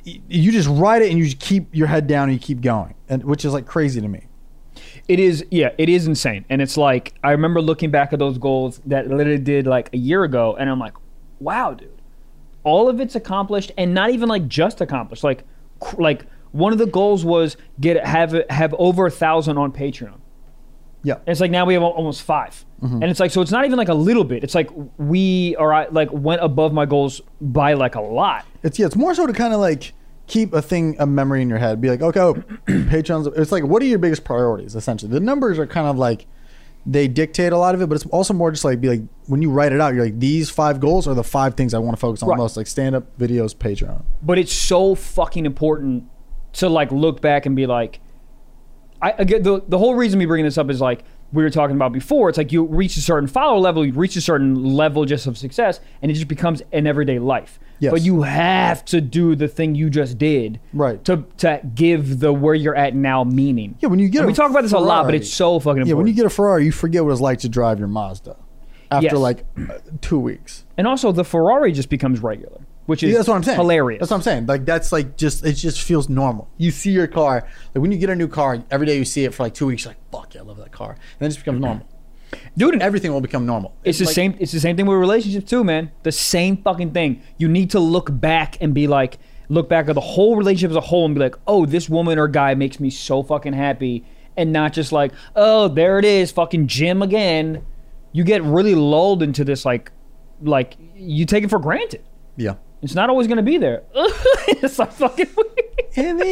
A: y- you just ride it and you just keep your head down and you keep going, and which is like crazy to me.
C: It is, yeah, it is insane. And it's like I remember looking back at those goals that literally did like a year ago, and I'm like, wow, dude, all of it's accomplished, and not even like just accomplished. Like, cr- like one of the goals was get have have over a thousand on Patreon.
A: Yeah.
C: And it's like now we have al- almost 5 And it's like, so it's not even like a little bit. It's like we are I, like went above my goals by like a lot.
A: It's yeah, it's more so to kind of like keep a thing a memory in your head. Be like, okay,
C: <clears throat>
A: oh, <clears throat> Patreon's. It's like, what are your biggest priorities? Essentially, the numbers are kind of like they dictate a lot of it, but it's also more just like be like when you write it out, you're like these five goals are the five things I want to focus on
C: Right.
A: most, like stand up, videos, Patreon.
C: but it's so fucking important to like look back and be like I, I get the the whole reason me bringing this up is like we were talking about before. It's like you reach a certain follower level, you reach a certain level just of success, and it just becomes an everyday life.
A: Yes.
C: But you have to do the thing you just did,
A: Right.
C: To to give the where you're at now meaning.
A: Yeah, when you get
C: And
A: a
C: we talk about this a lot, but
A: Ferrari-
C: it's so fucking important.
A: Yeah, when you get a Ferrari, you forget what it's like to drive your Mazda after
C: Yes.
A: like uh, two weeks.
C: and also the Ferrari just becomes regular, which is
A: Yeah, that's what I'm saying.
C: Hilarious.
A: That's what I'm saying. Like that's like just it just feels normal. You see your car like when you get a new car every day. You see it for like two weeks. You're like fuck, yeah, I love that car, and then it just
C: Mm-hmm.
A: becomes normal.
C: Dude, and
A: Everything will become normal.
C: It's the
A: like,
C: same. It's the same thing with relationships too, man. The same fucking thing. You need to look back and be like, look back at the whole relationship as a whole and be like, oh, this woman or guy makes me so fucking happy, and not just like, oh, there it is, fucking Jim again. You get really lulled into this like, like you take it for granted.
A: Yeah.
C: It's not always gonna be there. <laughs> it's like fucking <laughs> weird.
A: In the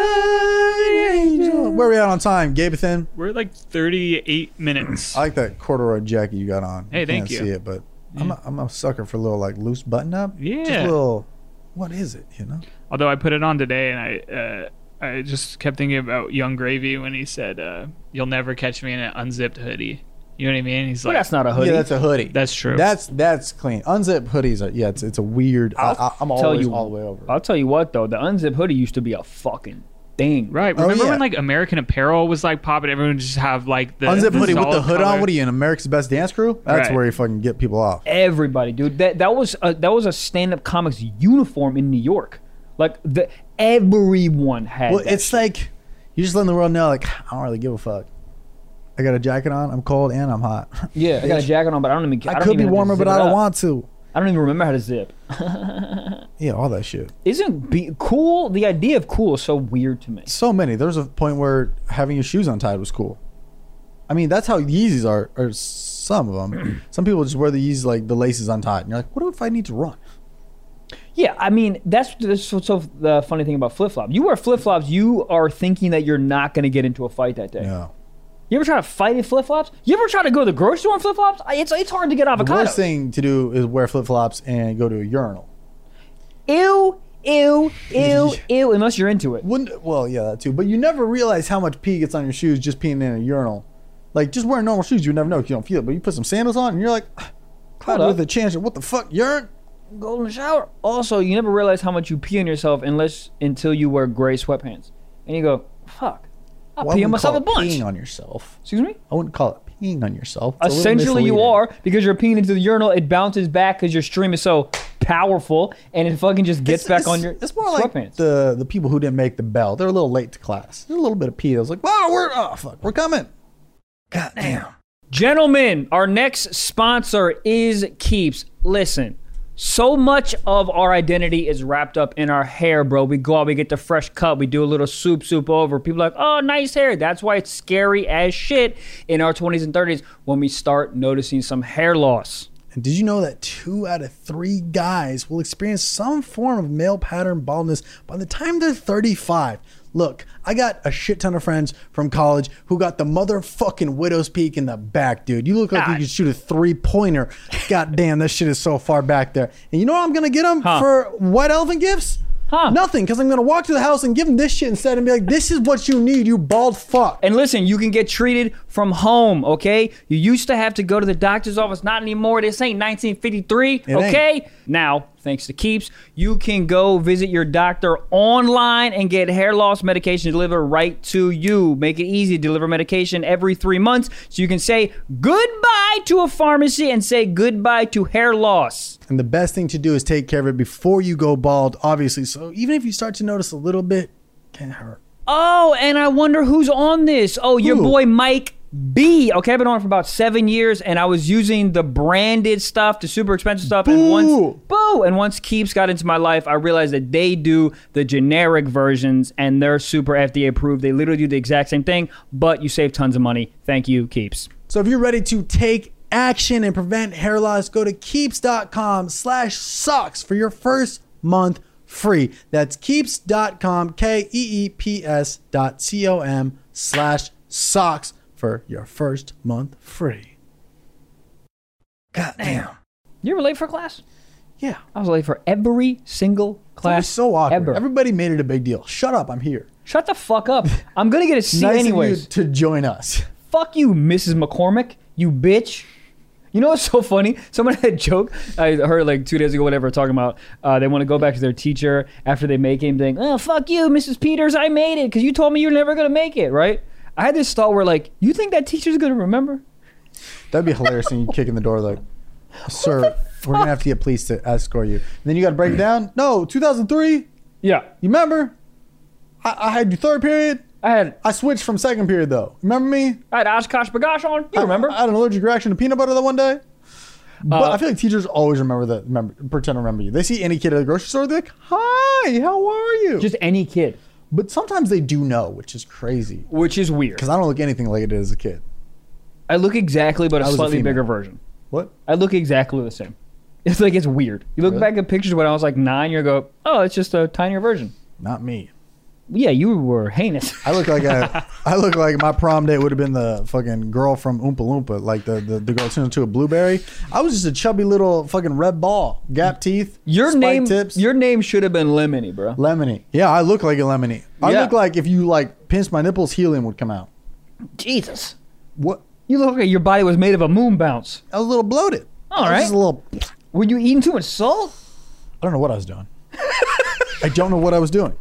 A: arms of an angel. Where we at on time, Gabathin?
D: We're like 38 minutes.
A: I like that corduroy jacket you got on.
D: Hey, thank
A: can't
D: you.
A: See it, but I'm, a, I'm a sucker for a little like loose button up. just
D: Yeah.
A: a little. What is it? You know.
D: Although I put it on today, and I uh, I just kept thinking about Young Gravy when he said, uh, "You'll never catch me in an unzipped hoodie." You know what I mean? He's
C: But
D: like,
C: that's not a hoodie.
A: Yeah, that's a hoodie.
D: That's true.
A: That's that's clean. Unzip hoodies are yeah. It's it's a weird. I, I, I'm
C: tell
A: always
C: you-
A: all the way over.
C: I'll tell you what though, the unzip hoodie used to be a fucking thing.
D: right.
A: Oh,
D: Remember
A: yeah.
D: when like American Apparel was like popping? Everyone would just have like the
A: Unzip hoodie with the
D: solid
A: hood
D: color.
A: on. What are you in America's Best Dance Crew? That's
D: Right.
A: where you fucking get people off.
C: everybody, dude. That that was a, that was a stand-up comics uniform in New York. Like the everyone had.
A: Well,
C: that.
A: it's like you just letting the world know like I don't really give a fuck. I got a jacket on. I'm cold and I'm hot. <laughs>
C: yeah, I got a
A: bitch.
C: jacket on, but I don't even. I,
A: I,
C: don't
A: could
C: even
A: be
C: have to
A: warmer, but
C: zip
A: I
C: it
A: don't
C: up.
A: want to.
C: I don't even remember how to zip.
A: Yeah, all that shit.
C: Isn't be cool? The idea of cool is so weird to me.
A: So many. There's a point where having your shoes untied was cool. I mean, that's how Yeezys are. Or some of them. <clears throat> some people just wear the Yeezys like the laces untied, and you're like, what if I need to run?
C: Yeah, I mean that's that's what's so the funny thing about flip flops. You wear flip flops, you are thinking that you're not going to get into a fight that day.
A: No.
C: You ever try to fight in flip flops? You ever try to go to the grocery store in flip flops? It's it's hard to get
A: The
C: avocado.
A: worst thing to do is wear flip flops and go to a urinal.
C: Ew,
A: <laughs>
C: ew, ew, ew. Unless you're into it.
A: Wouldn't well, yeah, that too. But you never realize how much pee gets on your shoes just peeing in a urinal. Like just wearing normal shoes, you never know 'cause you don't feel it. But you put some sandals on and you're like, "Ah, cloud
C: Hold
A: with
C: up.
A: a chance. What the fuck, urine?
C: go in the shower. Also, you never realize how much you pee on yourself unless until you wear gray sweatpants, and you go, "Fuck, I
A: Well, I
C: pee
A: wouldn't
C: on myself
A: call it
C: a bunch."
A: Peeing on yourself.
C: Excuse me.
A: I wouldn't call it peeing on yourself. It's a little
C: Essentially, you
A: misleading.
C: are because you're peeing into the urinal. It bounces back because your stream is so powerful, and it fucking just gets
A: It's-
C: back
A: it's-
C: on your
A: It's more
C: sweatpants.
A: like the the people who didn't make the bell. They're a little late to class. There's a little bit of pee. I was like, wow, we're oh fuck, we're coming. God damn.
C: Gentlemen, our next sponsor is Keeps. Listen, so much of our identity is wrapped up in our hair, bro. We go out, we get the fresh cut, we do a little soup, soup over. People are like, oh, nice hair. That's why it's scary as shit in our 20s and 30s when we start noticing some hair loss.
A: And did you know that two out of three guys will experience some form of male pattern baldness by the time they're 35? Look, I got a shit ton of friends from college who got the motherfucking widow's peak in the back, dude. You look like you
C: God.
A: could shoot a three pointer.
C: <laughs>
A: God damn, that shit is so far back there. And you know what I'm gonna get them for white elephant gifts?
C: Huh.
A: Nothing, because I'm gonna walk to the house and give them this shit instead and be like, this is what you need, you bald fuck.
C: And listen, you can get treated from home, okay? You used to have to go to the doctor's office, not anymore. This ain't 1953,
A: ain't.
C: okay? Now, thanks to Keeps, you can go visit your doctor online and get hair loss medication delivered right to you. Make it easy, deliver medication every three months so you can say goodbye to a pharmacy and say goodbye to hair loss.
A: And the best thing to do is take care of it before you go bald, obviously. So even if you start to notice a little bit, can't hurt.
C: Oh, and I wonder who's on this. Oh, your
A: Who?
C: boy Mike B. Okay, I've been on it for about seven years, and I was using the branded stuff, the super expensive stuff, and once
A: Boo.
C: boo, and once Keeps got into my life, I realized that they do the generic versions, and they're super FDA approved. They literally do the exact same thing, but you save tons of money. Thank you, Keeps.
A: So if you're ready to take action and prevent hair loss, go to keeps.com slash socks for your first month free. That's keeps.com, E K-E-E-P-S dot C-O-M slash socks for your first month free. God damn.
C: You ever late for class?
A: Yeah.
C: I was late for every single class.
A: That's so awkward.
C: Ever.
A: Everybody made it a big deal. Shut up, I'm here.
C: Shut the fuck up. I'm gonna get a
A: <laughs>
C: C
A: Nice of you
C: anyways.
A: to join us. <laughs>
C: Fuck you, Mrs. McCormick, you bitch. You know what's so funny? Someone had a joke I heard like two days ago, whatever, talking about uh, they want to go back to their teacher after they make him think, oh, fuck you, Mrs. Peters, I made it because you told me you're never going to make it, right? I had this thought where, like, you think that teacher's going to remember?
A: That'd be hilarious. and you kick in the door like, sir, we're gonna have to get police to escort you. And then you gotta break it down. No, 2003. You
C: Yeah.
A: remember? I, I had you third period.
C: I had,
A: I switched from second period though. Remember me?
C: I had Oshkosh Bagosh on. You remember? Uh-huh.
A: I, had an allergic reaction to peanut butter that one day. <laughs> But
C: Uh,
A: I feel like teachers always remember that. Remember, pretend to remember you. They see any kid at the grocery store, they're like, "Hi, how are you?"
C: Just any kid,
A: but sometimes they do know, which is crazy
C: which is weird.
A: because I don't look anything like I did as a kid.
C: I look exactly, but a
A: was a
C: slightly
A: female.
C: bigger version.
A: What?
C: I look exactly the same. <laughs> It's like it's weird. You look
A: Really?
C: back at pictures when I was like nine, you go, oh, it's just a tinier version.
A: Not me.
C: Yeah, you were heinous. <laughs>
A: I look like a, I look like my prom date would have been the fucking girl from Oompa Loompa, like the the, the girl turned into a blueberry. I was just a chubby little fucking red ball, gap teeth,
C: Your
A: spiked
C: name,
A: tips,
C: your name should have been Lemony, bro.
A: lemony. Yeah, I look like a lemony. I
C: Yeah.
A: look like if you like pinched my nipples, helium would come out.
C: Jesus,
A: What?
C: you look like your body was made of a moon bounce.
A: I was a little bloated.
C: All
A: I was
C: right.
A: just a little. I
C: Were you eating too much salt?
A: don't know what I was doing. I don't know what I was doing.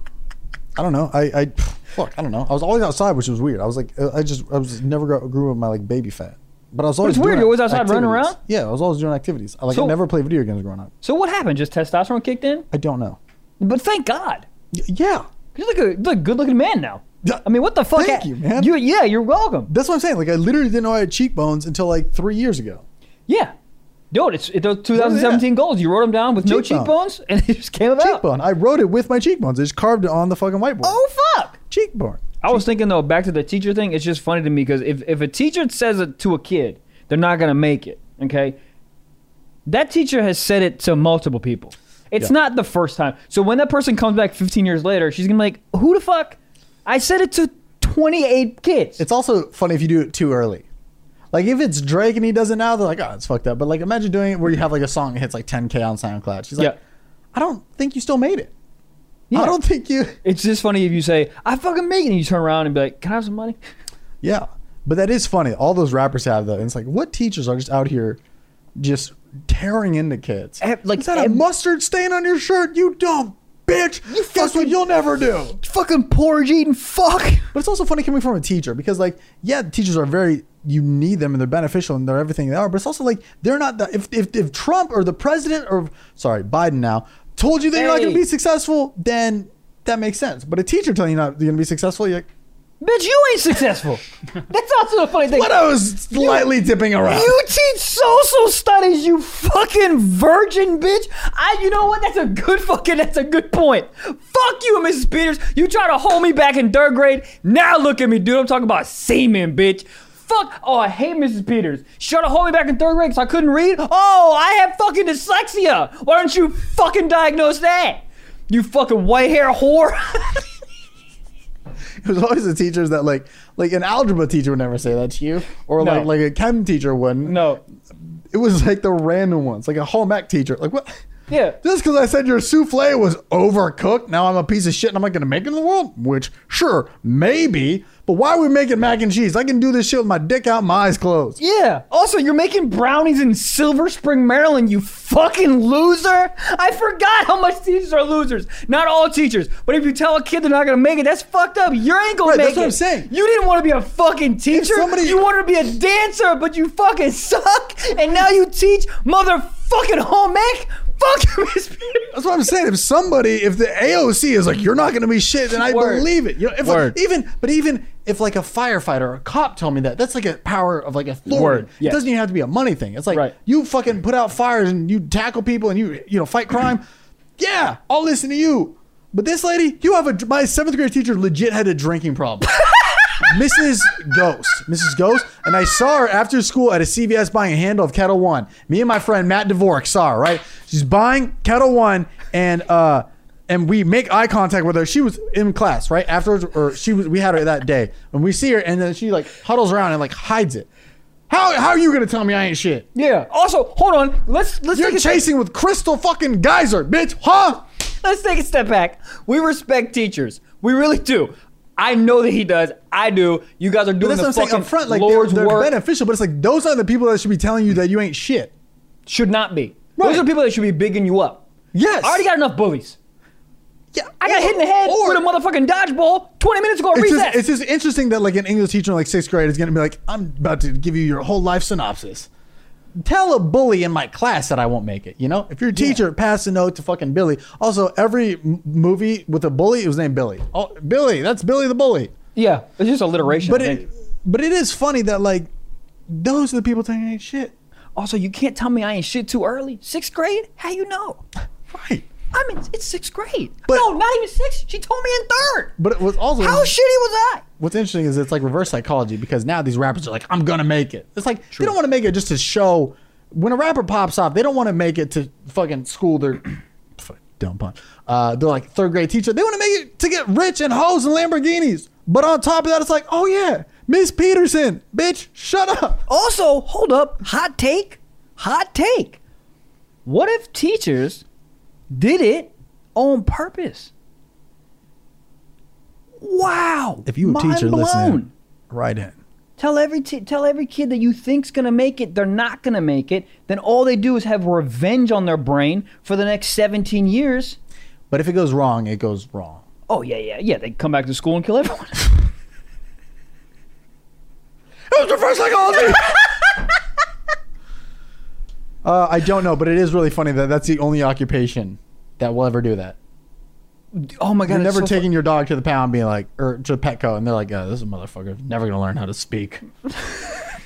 A: I don't know. I, I fuck. I don't know. I was always outside, which was weird. I was like, uh, I just, I was never grew- grew up my like baby fat. But I was always.
C: it's weird,
A: doing
C: you're always outside running
A: activities.
C: around?
A: Yeah, I was always doing activities. I, like
C: So-
A: I never played video games growing up.
C: So what happened? Just testosterone kicked in?
A: I don't know.
C: But thank God,
A: Y- yeah,
C: 'Cause you look a, look good looking man now.
A: Yeah.
C: I mean, what the fuck?
A: Thank you, man.
C: yeah, you're welcome.
A: that's what I'm saying. Like I literally didn't know I had cheekbones until like three years ago.
C: Yeah, dude, it's it, those 2017 goals. You wrote them down with no
A: Cheekbone.
C: cheekbones, <laughs> and they just came about.
A: Cheekbone. I wrote it with my cheekbones. I just carved it on the fucking whiteboard.
C: Oh fuck!
A: cheekbone.
C: I was thinking though, back to the teacher thing. It's just funny to me because if, if a teacher says it to a kid, they're not gonna make it. Okay, that teacher has said it to multiple people. It's
A: Yeah.
C: not the first time. So when that person comes back 15 years later, she's gonna be like, "Who the fuck? I said it to 28 kids."
A: It's also funny if you do it too early. Like if it's Drake and he does it now, they're like, oh, it's fucked up. But like imagine doing it where you have like a song that hits like 10k on SoundCloud. She's like,
C: Yeah.
A: I don't think you still made it.
C: Yeah.
A: I don't think you. <laughs>
C: It's just funny if you say, "I fucking made it," and you turn around and be like, "Can I have some money?"
A: Yeah, but that is funny. All those rappers have that. And it's like, what teachers are just out here, just tearing into kids?
C: Ev- like
A: is that
C: ev-
A: a mustard stain on your shirt? You dumb bitch! You Guess what you'll never do.
C: Fucking porridge eating fuck. <laughs>
A: But it's also funny coming from a teacher because, like, yeah, teachers are very you need them and they're beneficial and they're everything they are. But it's also like they're not that. If if, if Trump or the president or sorry Biden now told you that you're not going
C: Hey.
A: to be successful, then that makes sense. But a teacher telling you not you're going to be successful, you're like,
C: Bitch, you ain't successful. That's also the funny thing.
A: but I was slightly dipping around.
C: You teach social studies, you fucking virgin bitch. I, you know what? That's a good fucking. That's a good point. Fuck you, Mrs. Peters. You try to hold me back in third grade. Now look at me, dude. I'm talking about semen, bitch. Fuck. Oh, I hate Mrs. Peters. She tried to hold me back in third grade because I couldn't read. Oh, I have fucking dyslexia. Why don't you fucking diagnose that? You fucking white hair whore. <laughs>
A: It was always the teachers that like like an algebra teacher would never say that to you, or
C: No.
A: like like a chem teacher wouldn't.
C: no.
A: It was like the random ones, like a home ec teacher. Like what?
C: Yeah.
A: Just because I said your souffle was overcooked, now I'm a piece of shit and I'm not going to make it in the world? Which, sure, maybe, but why are we making mac and cheese? I can do this shit with my dick out, my eyes closed.
C: Yeah. Also, you're making brownies in Silver Spring, Maryland, you fucking loser. I forgot how much teachers are losers. Not all teachers. But if you tell a kid they're not gonna make it, that's fucked up. You ain't gonna
A: Right,
C: make
A: that's
C: it.
A: what I'm saying.
C: You didn't want to be a fucking teacher.
A: somebody-
C: you wanted to be a dancer, but you fucking suck. And now you teach motherfucking home ec? Fuck you, Miss Peters.
A: That's what I'm saying. If somebody, if the AOC is like, you're not going to be shit, then I
C: Word.
A: believe it. You know, if like,
C: Word.
A: even, but even if like a firefighter or a cop tell me that, that's like a power of like authority.
C: Word,
A: It
C: yes.
A: doesn't even have to be a money thing. It's like
C: Right.
A: you fucking put out fires and you tackle people and you you know fight crime. yeah, I'll listen to you. But this lady, you have a my seventh grade teacher legit had a drinking problem. Mrs. Ghost. Mrs. Ghost. And I saw her after school at a CVS buying a handle of Kettle One. Me and my friend Matt Dvorak saw her, right? She's buying Kettle One and uh and we make eye contact with her. She was in class, right? Afterwards, or she was we had her that day. And we see her and then she like huddles around and like hides it. How how are you gonna tell me I ain't shit?
C: Yeah. Also, hold on. Let's let's
A: You're
C: take a
A: chasing with crystal fucking geyser, bitch, huh?
C: Let's take a step back. We respect teachers. We really do. I know that he does. I do. You guys are
A: But
C: doing
A: that's
C: the
A: what I'm saying
C: fucking
A: up front. Like
C: Lord's
A: they're, they're
C: work.
A: beneficial, but it's like those are the people that should be telling you that you ain't shit.
C: Should not be.
A: Right.
C: Those are the people that should be bigging you up.
A: Yes.
C: I already got enough bullies.
A: Yeah,
C: I got hit in the head
A: or-
C: with a motherfucking dodgeball 20 minutes ago at
A: It's
C: recess.
A: just, it's just interesting that like an English teacher in like sixth grade is going to be like, I'm about to give you your whole life synopsis. Tell a bully in my class that I won't make it. You know, if your teacher passed a note to fucking Billy. Also, every m- movie with a bully, it was named Billy. Oh, Billy, that's Billy the bully.
C: yeah, it's just alliteration.
A: But
C: I
A: it,
C: think.
A: but it is funny that like those are the people telling you ain't shit.
C: also, you can't tell me I ain't shit too early. Sixth grade? How you know?
A: Right.
C: I mean, it's sixth grade.
A: But-
C: no, not even sixth. She told me in third.
A: But it was also
C: How shitty was I?
A: what's interesting is it's like reverse psychology because now these rappers are like, I'm gonna make it. It's like they don't want to make it just to show. When a rapper pops off, they don't want to make it to fucking school. Their <clears throat> fuck, dumb pun. Uh, they're like third grade teacher. They want to make it to get rich and hoes and Lamborghinis. But on top of that, it's like, oh yeah, Miss Peterson, bitch, shut up.
C: Also, hold up. Hot take. Hot take. What if teachers did it on purpose? Wow.
A: If you a
C: Mind
A: teacher, listen.
C: blown.
A: Right in.
C: Tell every t- tell every kid that you think's gonna make it, they're not gonna make it. Then all they do is have revenge on their brain for the next 17 years.
A: But if it goes wrong, it goes wrong.
C: Oh yeah, yeah, yeah. They come back to school and kill everyone.
A: It was reverse psychology. <laughs> uh, I don't know, but it is really funny that that's the only occupation that will ever do that.
C: <laughs> oh my god,
A: You're
C: it's
A: never
C: so
A: taking your dog to the pound, being like, or to Petco, and they're like, oh, "This motherfucker's never gonna learn how to
C: <laughs>
A: speak."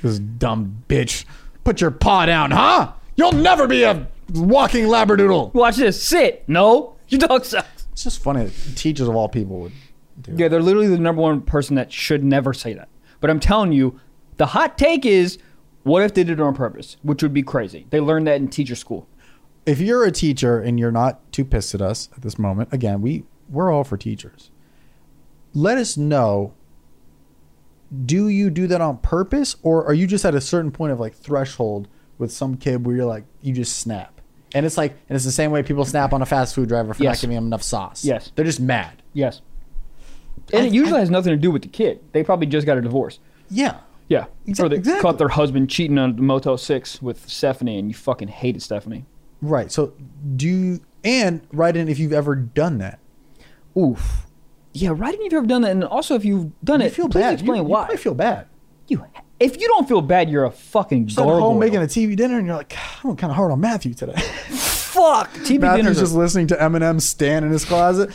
A: this dumb bitch. Put your paw down, huh? You'll never be a walking labradoodle.
C: fu- Watch this. Sit. No, your dog sucks.
A: It's just funny. that Teachers of all people would. Do
C: Yeah, they're literally the number one person that should never say that. But I'm telling you, the hot take is, what if they did it on purpose? Which would be crazy. They learned that in teacher school.
A: if you're a teacher and you're not too pissed at us at this moment, again, we we're all for teachers. Let us know. Do you do that on purpose, or are you just at a certain point of like threshold with some kid where you're like you just snap, and it's like and it's the same way people snap on a fast food driver for
C: Yes.
A: not giving them enough sauce.
C: Yes.
A: they're just mad.
C: Yes. And it usually has nothing to do with the kid. They probably just got a divorce.
A: Yeah,
C: Yeah.
A: Exac-
C: or they
A: exactly.
C: caught their husband cheating on Motel 6 with Stephanie and you fucking hated Stephanie.
A: right. So do you, and write in if you've ever done that.
C: Oof. Yeah, right. If you've ever done that, and also if you've done
A: You
C: it,
A: feel
C: please
A: bad.
C: explain
A: you, You
C: why.
A: probably feel bad.
C: You, if you don't feel bad, you're a fucking
A: Just at home
C: gargoyle.
A: making a TV dinner, and you're like, "God, I'm kind of hard on Matthew
C: <laughs>
A: today.
C: fuck TV
A: Matthew's
C: dinners.
A: just
C: are-
A: listening to Eminem stand in his closet.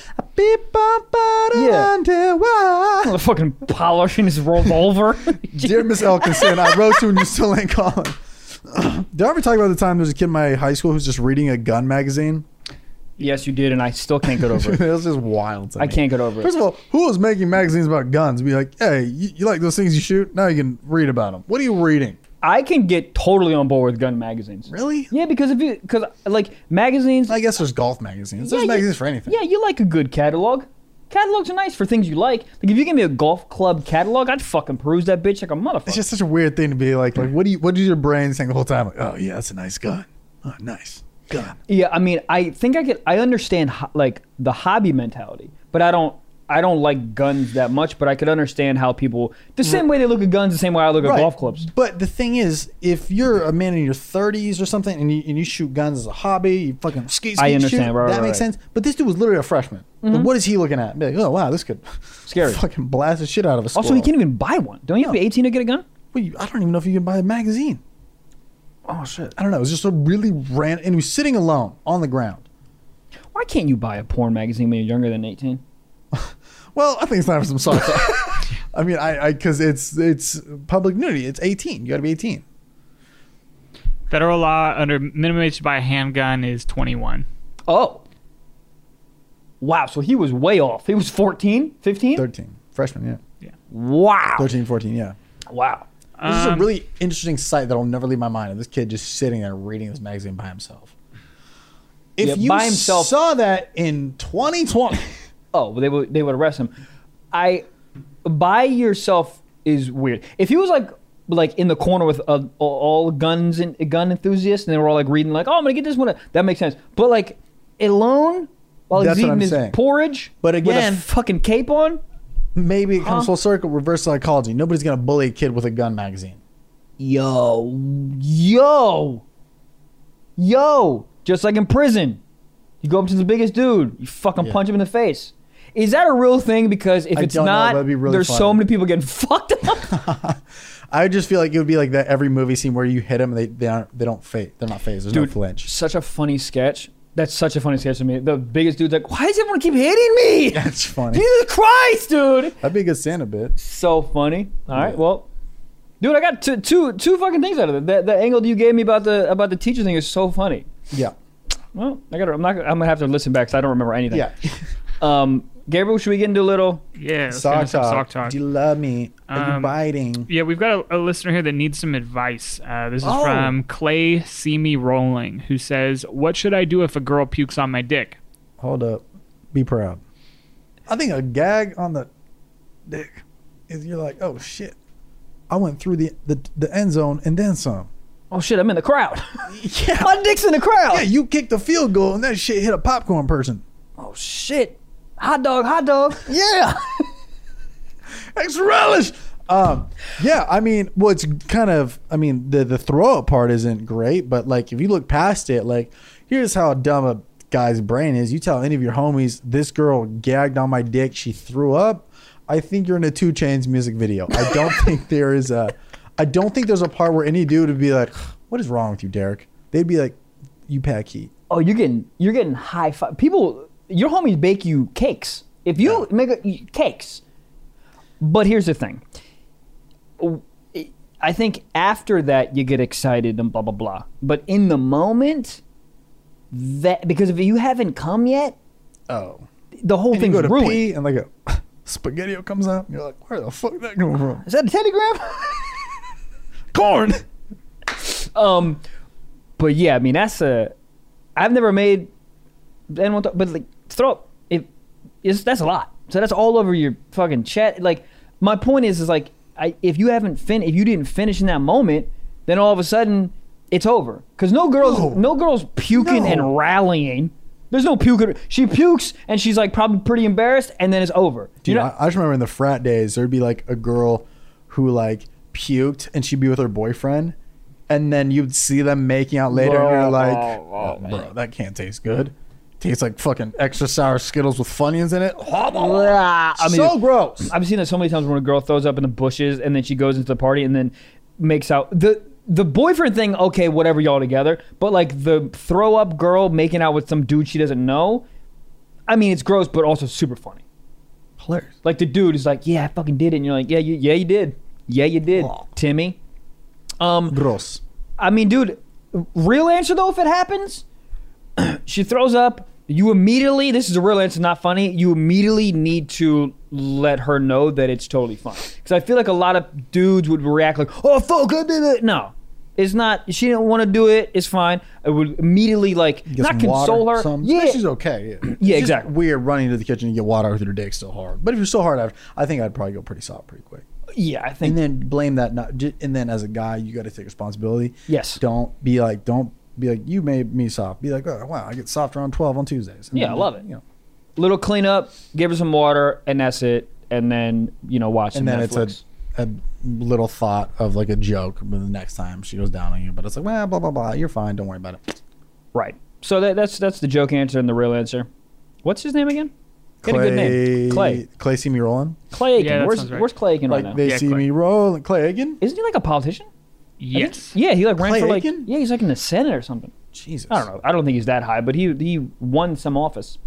C: Yeah.
A: Yeah.
C: <laughs> fucking polishing his <laughs> revolver.
A: Dear Miss Elkinson, I wrote you and you still ain't calling. <clears throat> Did I ever talk about the time there was a kid in my high school who's just reading a gun magazine? <laughs>
C: yes, you did, and I still can't get over
A: it <laughs>
C: it.
A: was just wild. To
C: I
A: me.
C: can't get over it.
A: First of all, who was making magazines about guns? Be like, hey, you, you like those things you shoot? Now you can read about them. What are you reading?
C: I can get totally on board with gun magazines.
A: Really?
C: Yeah, because if you, because like magazines,
A: I guess there's golf magazines. There's
C: Yeah, you-
A: magazines for anything.
C: Yeah, you like a good catalog. Catalogs are nice for things you like. Like if you give me a golf club catalog, I'd fucking peruse that bitch like a motherfucker.
A: It's just such a weird thing to be like, like what do you, what does your brain think the whole time? Like, oh yeah, that's a nice gun. Oh, nice gun.
C: yeah, I mean, I think I could. I understand ho- like the hobby mentality, but I don't. I don't like guns that much, but I could understand how people the same way they look at guns, the same way I look at
A: Right.
C: golf clubs.
A: But the thing is, if you're a man in your 30s or something and you, and you shoot guns as a hobby, you fucking ski, ski
C: I understand,
A: shoot,
C: right, right,
A: that makes
C: right. Mm-hmm.
A: sense. But this dude was literally a freshman. Like, what is he looking at? Be like, oh wow, this could <laughs>
C: Scary.
A: fucking blast the shit out of a squirrel.
C: Also, he can't even buy one. Don't you have to be 18 to get a gun?
A: Well, you- I don't even know if you can buy a magazine.
C: Oh shit!
A: I don't know. It was just a really random. And he was sitting alone on the ground.
C: Why can't you buy a porn magazine when you're younger than 18?
A: Well, I think it's time for some sauce. <laughs> I mean, I I because it's it's public nudity. It's 18. You got to be 18.
D: Federal law under minimum age to buy a handgun is 21.
C: Oh. Wow, so he was way off. He was 14, 15?
A: 13. Freshman, yeah.
C: Wow.
A: 13, 14, yeah.
C: Wow.
A: This is a
D: Um,
A: really interesting sight that'll never leave my mind. Of this kid just sitting there reading this magazine by himself. If
C: Yeah,
A: you
C: by himself.
A: saw that in 2020,
C: Oh, well, they would they would arrest him. I by yourself is weird. If he was like like in the corner with uh, all guns and gun enthusiasts, and they were all like reading, like, "Oh, I'm gonna get this one," that makes sense. But like alone while
A: That's what
C: he's eating
A: I'm
C: his
A: saying.
C: porridge,
A: But again-
C: with a fucking cape on.
A: <laughs> Maybe it comes
C: Huh?
A: full circle, reverse psychology. Nobody's gonna bully a kid with a gun magazine.
C: Yo, yo, yo. Just like in prison, you go up to the biggest dude, you fucking
A: Yeah.
C: punch him in the face. Is that a real thing? Because if
A: I
C: it's
A: don't know.
C: not,
A: That'd be really
C: there's so
A: funny.
C: many people getting <laughs> fucked
A: <laughs>
C: up.
A: I just feel like it would be like that every movie scene where you hit them, they they aren't they don't fade. They're not phased. There's
C: Dude.
A: no flinch. <laughs>
C: such a funny sketch. That's such a funny sketch to me. The biggest dude's like, why does everyone keep
A: <laughs>
C: hitting me?
A: That's funny.
C: <laughs> Jesus Christ, dude.
A: That'd be a good stand up bit.
C: So funny. All right,
A: Yeah.
C: well, dude, I got two, two, two fucking things out of it. That the angle you gave me about the about the teacher thing is so funny.
A: Yeah.
C: Well, I got. I'm not. I'm gonna have to listen back because I don't remember anything.
A: Yeah.
C: Um, Gabriel, should we get into a little?
D: Yeah, let's get
A: Sock
D: into some
A: talk.
D: sock talk.
A: Do you love me? Are you
D: Um,
A: biting?
D: Yeah, we've got a, a listener here that needs some advice. Uh, this is
A: Oh.
D: from Clay See Me Rolling, who says, "What should I do if a girl pukes on my dick?"
A: Hold up. Be proud. I think a gag on the dick is you're like, oh shit. I went through the, the, the end zone and then some.
C: Oh shit! I'm in the crowd. <laughs>
A: Yeah.
C: My dick's in the crowd.
A: Yeah, you kicked the field goal and that shit hit a popcorn person.
C: Oh shit! Hot dog, hot dog. <laughs>
A: Yeah. <laughs> X relish. Um, yeah, I mean, well, it's kind of, I mean, the the throw up part isn't great, but like if you look past it, like here's how dumb a guy's brain is. You tell any of your homies, this girl gagged on my dick, she threw up. I think you're in a Two Chains music video. I <laughs> don't think there is a, I don't think there's a part where any dude would be like, what is wrong with you, Derek? They'd be like, you pack heat.
C: Oh, you're getting you're getting high five. People, your homies bake you cakes. If you make a, cakes, but here's the thing. I think after that you get excited and blah blah blah. But in the moment, that because if you haven't come yet,
A: Oh.
C: the whole
A: You
C: thing's
A: go to
C: ruined.
A: pee and like a <laughs> spaghetti comes out. You're like, where the fuck did that come
C: <laughs>
A: from?
C: Is that a telegram?
A: Corn.
C: Um, but yeah, I mean that's a. I've never made anyone, th- but like throw up. It is that's a lot. So that's all over your fucking chat. Like my point is, is like I, if you haven't fin, if you didn't finish in that moment, then all of a sudden it's over. Cause no girls,
A: No.
C: no, girls puking
A: No.
C: and rallying. There's no puking. She pukes and she's like probably pretty embarrassed, and then it's over.
A: Dude,
C: you know,
A: I, I just remember in the frat days, there'd be like a girl who like puked and she'd be with her boyfriend. And then you'd see them making out later and you're like, "Oh, bro, that can't taste good. Tastes like fucking extra sour Skittles with Funyuns in it.
C: I mean,
A: so gross.
C: I've seen that so many times when a girl throws up in the bushes and then she goes into the party and then makes out the the boyfriend thing. Okay, whatever, y'all together. But like the throw up girl making out with some dude she doesn't know. I mean, it's gross, but also super funny.
A: Hilarious.
C: Like the dude is like, "Yeah, I fucking did it," and you're like, "Yeah, you, yeah, you did, yeah, you did, Timmy." Um,
A: Gross.
C: I mean, dude, real answer though, if it happens, <clears throat> she throws up. You immediately, this is a real answer, not funny. You immediately need to let her know that it's totally fine. Because I feel like a lot of dudes would react like, oh, fuck, I did it. No, it's not. She didn't want to do it. It's fine. I would immediately, like,
A: Get
C: not
A: some water,
C: console her.
A: something.
C: Yeah.
A: But she's okay.
C: <clears throat>
A: Yeah,
C: Yeah,
A: It's just
C: exactly.
A: Weird running to the kitchen to get water with your dick still hard. But if you're still hard after, I think I'd probably go pretty soft pretty quick.
C: yeah, I think.
A: and then blame that not ju- and then as a guy you got to take responsibility
C: Yes.
A: don't be like don't be like you made me soft be like oh wow i get soft around 12 on tuesdays And
C: Yeah,
A: then,
C: I love it.
A: you know,
C: Little cleanup, give her some water, and that's it. And then, you know, watch
A: and
C: some
A: then
C: Netflix.
A: it's a, a little thought of like a joke but the next time she goes down on you but it's like well blah blah blah you're fine don't worry about it
C: Right. So that, that's that's the joke answer and the real answer. What's his name again? Get a good name. Clay.
A: clay see me rolling
C: Clay Aiken.
D: Yeah, that
C: where's,
D: sounds right.
C: where's Clay Aiken
A: like
C: right now?
A: they
D: Yeah,
A: see
D: Clay.
A: me rolling clay again
C: Isn't he like a politician? I think-
D: Yes.
C: yeah, he like ran
A: Clay
C: for like
A: Aiken?
C: yeah, he's like in the Senate or something.
A: jesus
C: I don't know. I don't think he's that high, but he he won some office.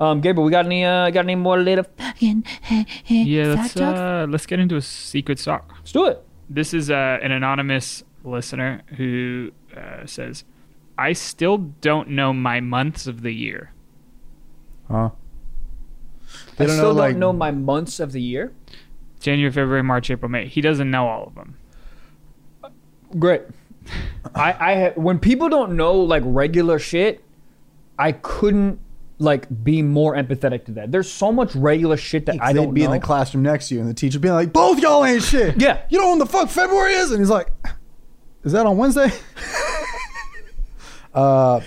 C: Um, Gabriel, we got any uh, got any more later?
B: uh,
D: Yeah, let's uh, let's get into a secret sock.
C: Let's do it.
D: This is uh, an anonymous listener who uh, says, "I still don't know my months of the year."
A: huh they
C: I
A: don't
C: still
A: know like
C: don't know my months of the year.
D: January, February, March, April, May. He doesn't know all of them.
C: Great. I I ha- when people don't know like regular shit, I couldn't like be more empathetic to that. There's so much regular shit that I
A: they'd
C: don't
A: be
C: know.
A: in the classroom next to you, and the teacher being like, "Both y'all ain't shit."
C: Yeah.
A: You know when the fuck February is, and he's like, "Is that on Wednesday?" <laughs> uh,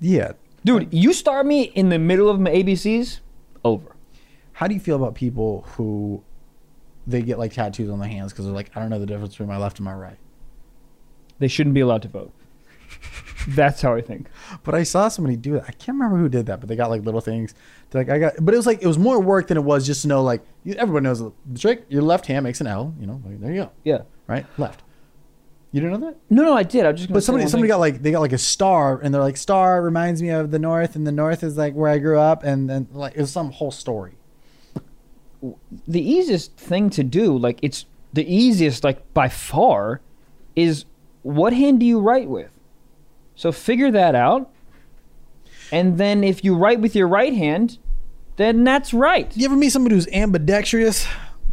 A: yeah.
C: Dude, you start me in the middle of my ABCs, over.
A: How do you feel about people who they get like tattoos on their hands because they're like, I don't know the difference between my left and my right.
C: They shouldn't be allowed to vote. That's how I think.
A: But I saw somebody do that. I can't remember who did that, but they got like little things. They're like, I got, but it was like, it was more work than it was just to know, like, you, everyone knows the trick. Your left hand makes an L, you know, like, there you go,
C: Yeah.
A: right? Left. You didn't know that?
C: No, no, I did. I'm just. Gonna
A: But
C: say
A: somebody,
C: one
A: somebody
C: thing.
A: got like, they got like a star and they're like, star reminds me of the North and the North is like where I grew up. And then like, it was some whole story.
C: the easiest thing to do. Like it's the easiest, like by far, is what hand do you write with? So figure that out, and then if you write with your right hand, then that's right.
A: You ever meet somebody who's ambidextrous?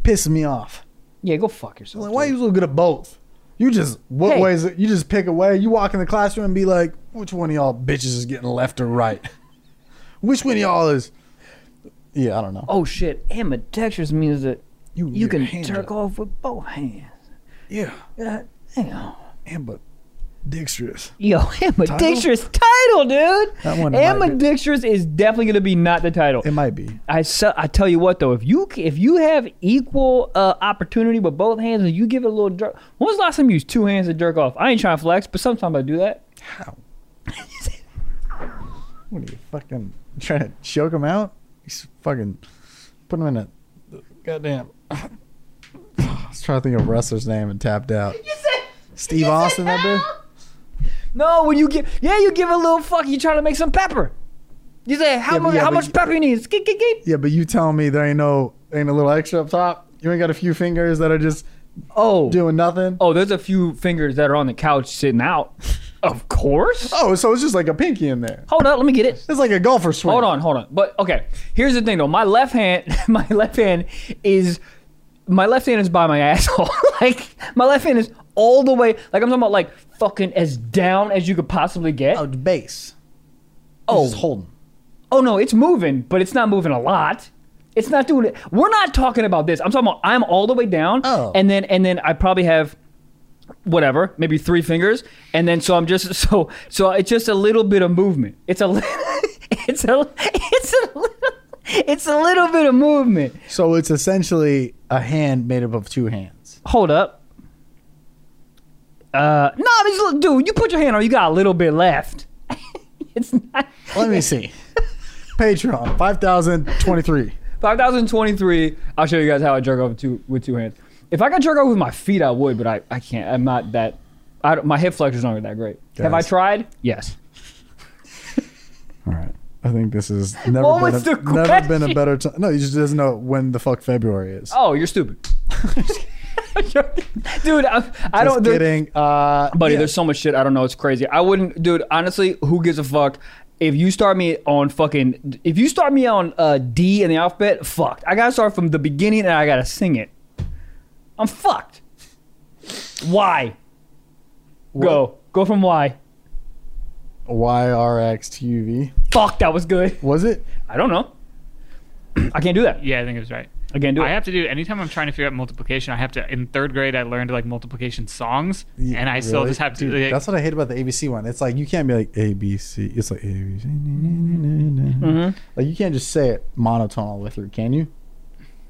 A: Pisses me off.
C: Yeah, go fuck yourself.
A: Like, why are
C: dude.
A: you so good at both? You just what
C: Hey.
A: ways you just pick a way. You walk in the classroom and be like, which one of y'all bitches is getting left or right? <laughs> which one of y'all is? Yeah, I don't know.
C: Oh shit! Ambidextrous means that
A: You-
C: you,
A: your
C: can
A: hand
C: jerk
A: up.
C: off with both hands.
A: Yeah,
C: God damn.
A: ambidextrous.
C: Yo, ambidextrous title, dude.
A: That one might be-
C: ambidextrous is definitely gonna be not the title.
A: It might be.
C: I su- I tell you what though, if you c- if you have equal uh, opportunity with both hands and you give it a little jerk, when was the last time you used two hands to jerk off? I ain't trying to flex, but sometimes I do that.
A: How? <laughs> what are you fucking trying to choke him out? He's fucking put him in a goddamn. <coughs> I was trying to think of a wrestler's name and tapped out. Steve Austin, that dude.
C: No, when you give yeah, you give a little fuck. You trying to make some pepper. You say how
A: Yeah, but-
C: much
A: yeah,
C: how
A: but
C: much
A: you-
C: pepper you need? Skip, skip, skip.
A: Yeah, but you tell me there ain't no ain't a little extra up top. You ain't got a few fingers that are just
C: Oh,
A: doing nothing.
C: oh, there's a few fingers that are on the couch sitting
A: <laughs>
C: out. of course.
A: Oh, so it's just like a pinky in there.
C: Hold up, let me get it.
A: It's like a golfer swing.
C: Hold on, hold on. But okay, here's the thing though. My left hand, <laughs> my left hand is, my left hand is by my <laughs> asshole. like my left hand is all the way. Like I'm talking about like fucking as down as you could possibly get.
A: Oh,
C: Oh,
A: the base.
C: oh,
A: just holding.
C: no, it's moving, but it's not moving a lot. It's not doing it. We're not talking about this. I'm talking about I'm all the way down,
A: Oh.
C: and then and then I probably have whatever, maybe three fingers, and then so I'm just <laughs> so so it's just a little bit of movement. It's a li- <laughs> it's a it's a little it's a little bit of movement.
A: So it's essentially a hand made up of two hands.
C: Hold up. Uh, no, I mean, just- dude, you put your hand on, you got a little bit left. <laughs> it's not
A: Let <laughs> me see. Patreon five thousand twenty three.
C: 5023. I'll show you guys how I jerk off with two, with two hands. If I could jerk off with my feet, I would, but I, I can't. I'm not that. I don't, my hip flexors aren't that great. Have I
A: Guys.
C: tried? Yes.
A: All right. I think this is never
C: What
A: been
C: was
A: a,
C: the
A: never been a
C: question?
A: better time. No, he just doesn't know when the fuck February is.
C: Oh, you're stupid. <laughs> dude, I, I
A: Just
C: don't. there-
A: kidding, uh,
C: buddy,
A: yeah.
C: there's so much shit I don't know. It's crazy. I wouldn't, dude. Honestly, who gives a fuck? If you start me on fucking, if you start me on uh, D in the alphabet, fucked. I gotta start from the beginning and I gotta sing it. I'm fucked. Why? Go, go from Y.
A: YRXTUV.
C: Fuck, that was good.
A: Was it?
C: I don't know. I can't do that.
D: Yeah, I think it was right.
C: I can't do it.
D: I have to do anytime I'm trying to figure out multiplication. I have to. In third grade, I learned like multiplication songs,
A: Yeah,
D: and I still
A: really?
D: just have to.
A: Dude,
D: like,
A: that's what I hate about the ABC one. It's like you can't be like ABC. It's like ABC. Like you can't just say it monotone all the way through, can you?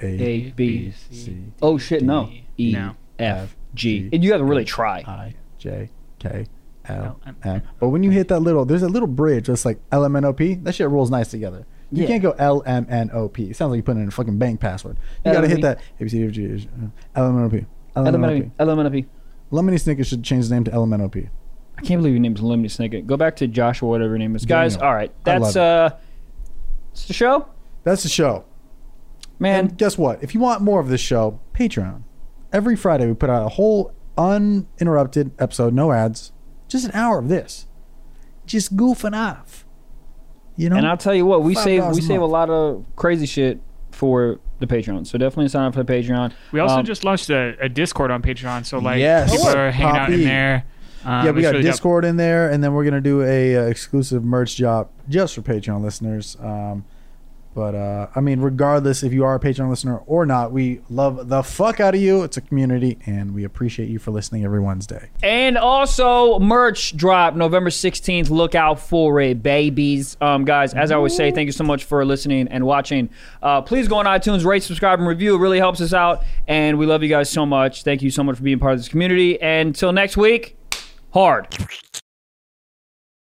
A: A
C: A B C. Oh shit, no. E
D: No.
C: F G.
A: G, Uh,
C: You gotta really try.
A: I J K L
D: No, I'm-
A: M. But when you hit that little, there's a little bridge that's like L M N O P. That shit rolls nice together. You
C: Yeah.
A: can't go L M N O P. It sounds like you put in a fucking bank password. You gotta hit
C: LMNOP.
A: that A B C D, F G H, uh, L M N O P. L M N O P.
C: Elementary. Elementary.
A: Lemony Snicket should change his name to L M N O P.
C: I can't believe your name is Lemony Snicket. Go back to Joshua, whatever your name is. Guys,
A: Daniel.
C: all right.
A: I love
C: That's uh it's the show.
A: That's the show.
C: Man,
A: And guess what? If you want more of this show, Patreon. Every Friday, we put out a whole uninterrupted episode, no ads, just an hour of this, just goofing off. You know,
C: and I'll tell you what, we
A: Five
C: save
A: dollars
C: we
A: a
C: save a
A: month.
C: lot of crazy shit for the Patreon. So definitely sign up for the Patreon.
D: We also
C: Um,
D: just launched a, a Discord on Patreon, so like
A: Yes.
D: people
A: Oh,
D: are hanging out
A: Poppy.
D: in there. Um,
A: yeah, we
D: it's
A: got
D: really dope.
A: Discord in there, and then we're gonna do a uh, exclusive merch job just for Patreon listeners. Um, But uh, I mean, regardless if you are a Patreon listener or not, we love the fuck out of you. It's a community, and we appreciate you for listening every Wednesday.
C: And also merch drop November 16th. Look out for it, babies. Um, guys, as I always say, thank you so much for listening and watching. Uh, please go on iTunes, rate, subscribe, and review. It really helps us out. And we love you guys so much. Thank you so much for being part of this community. And until next week, hard.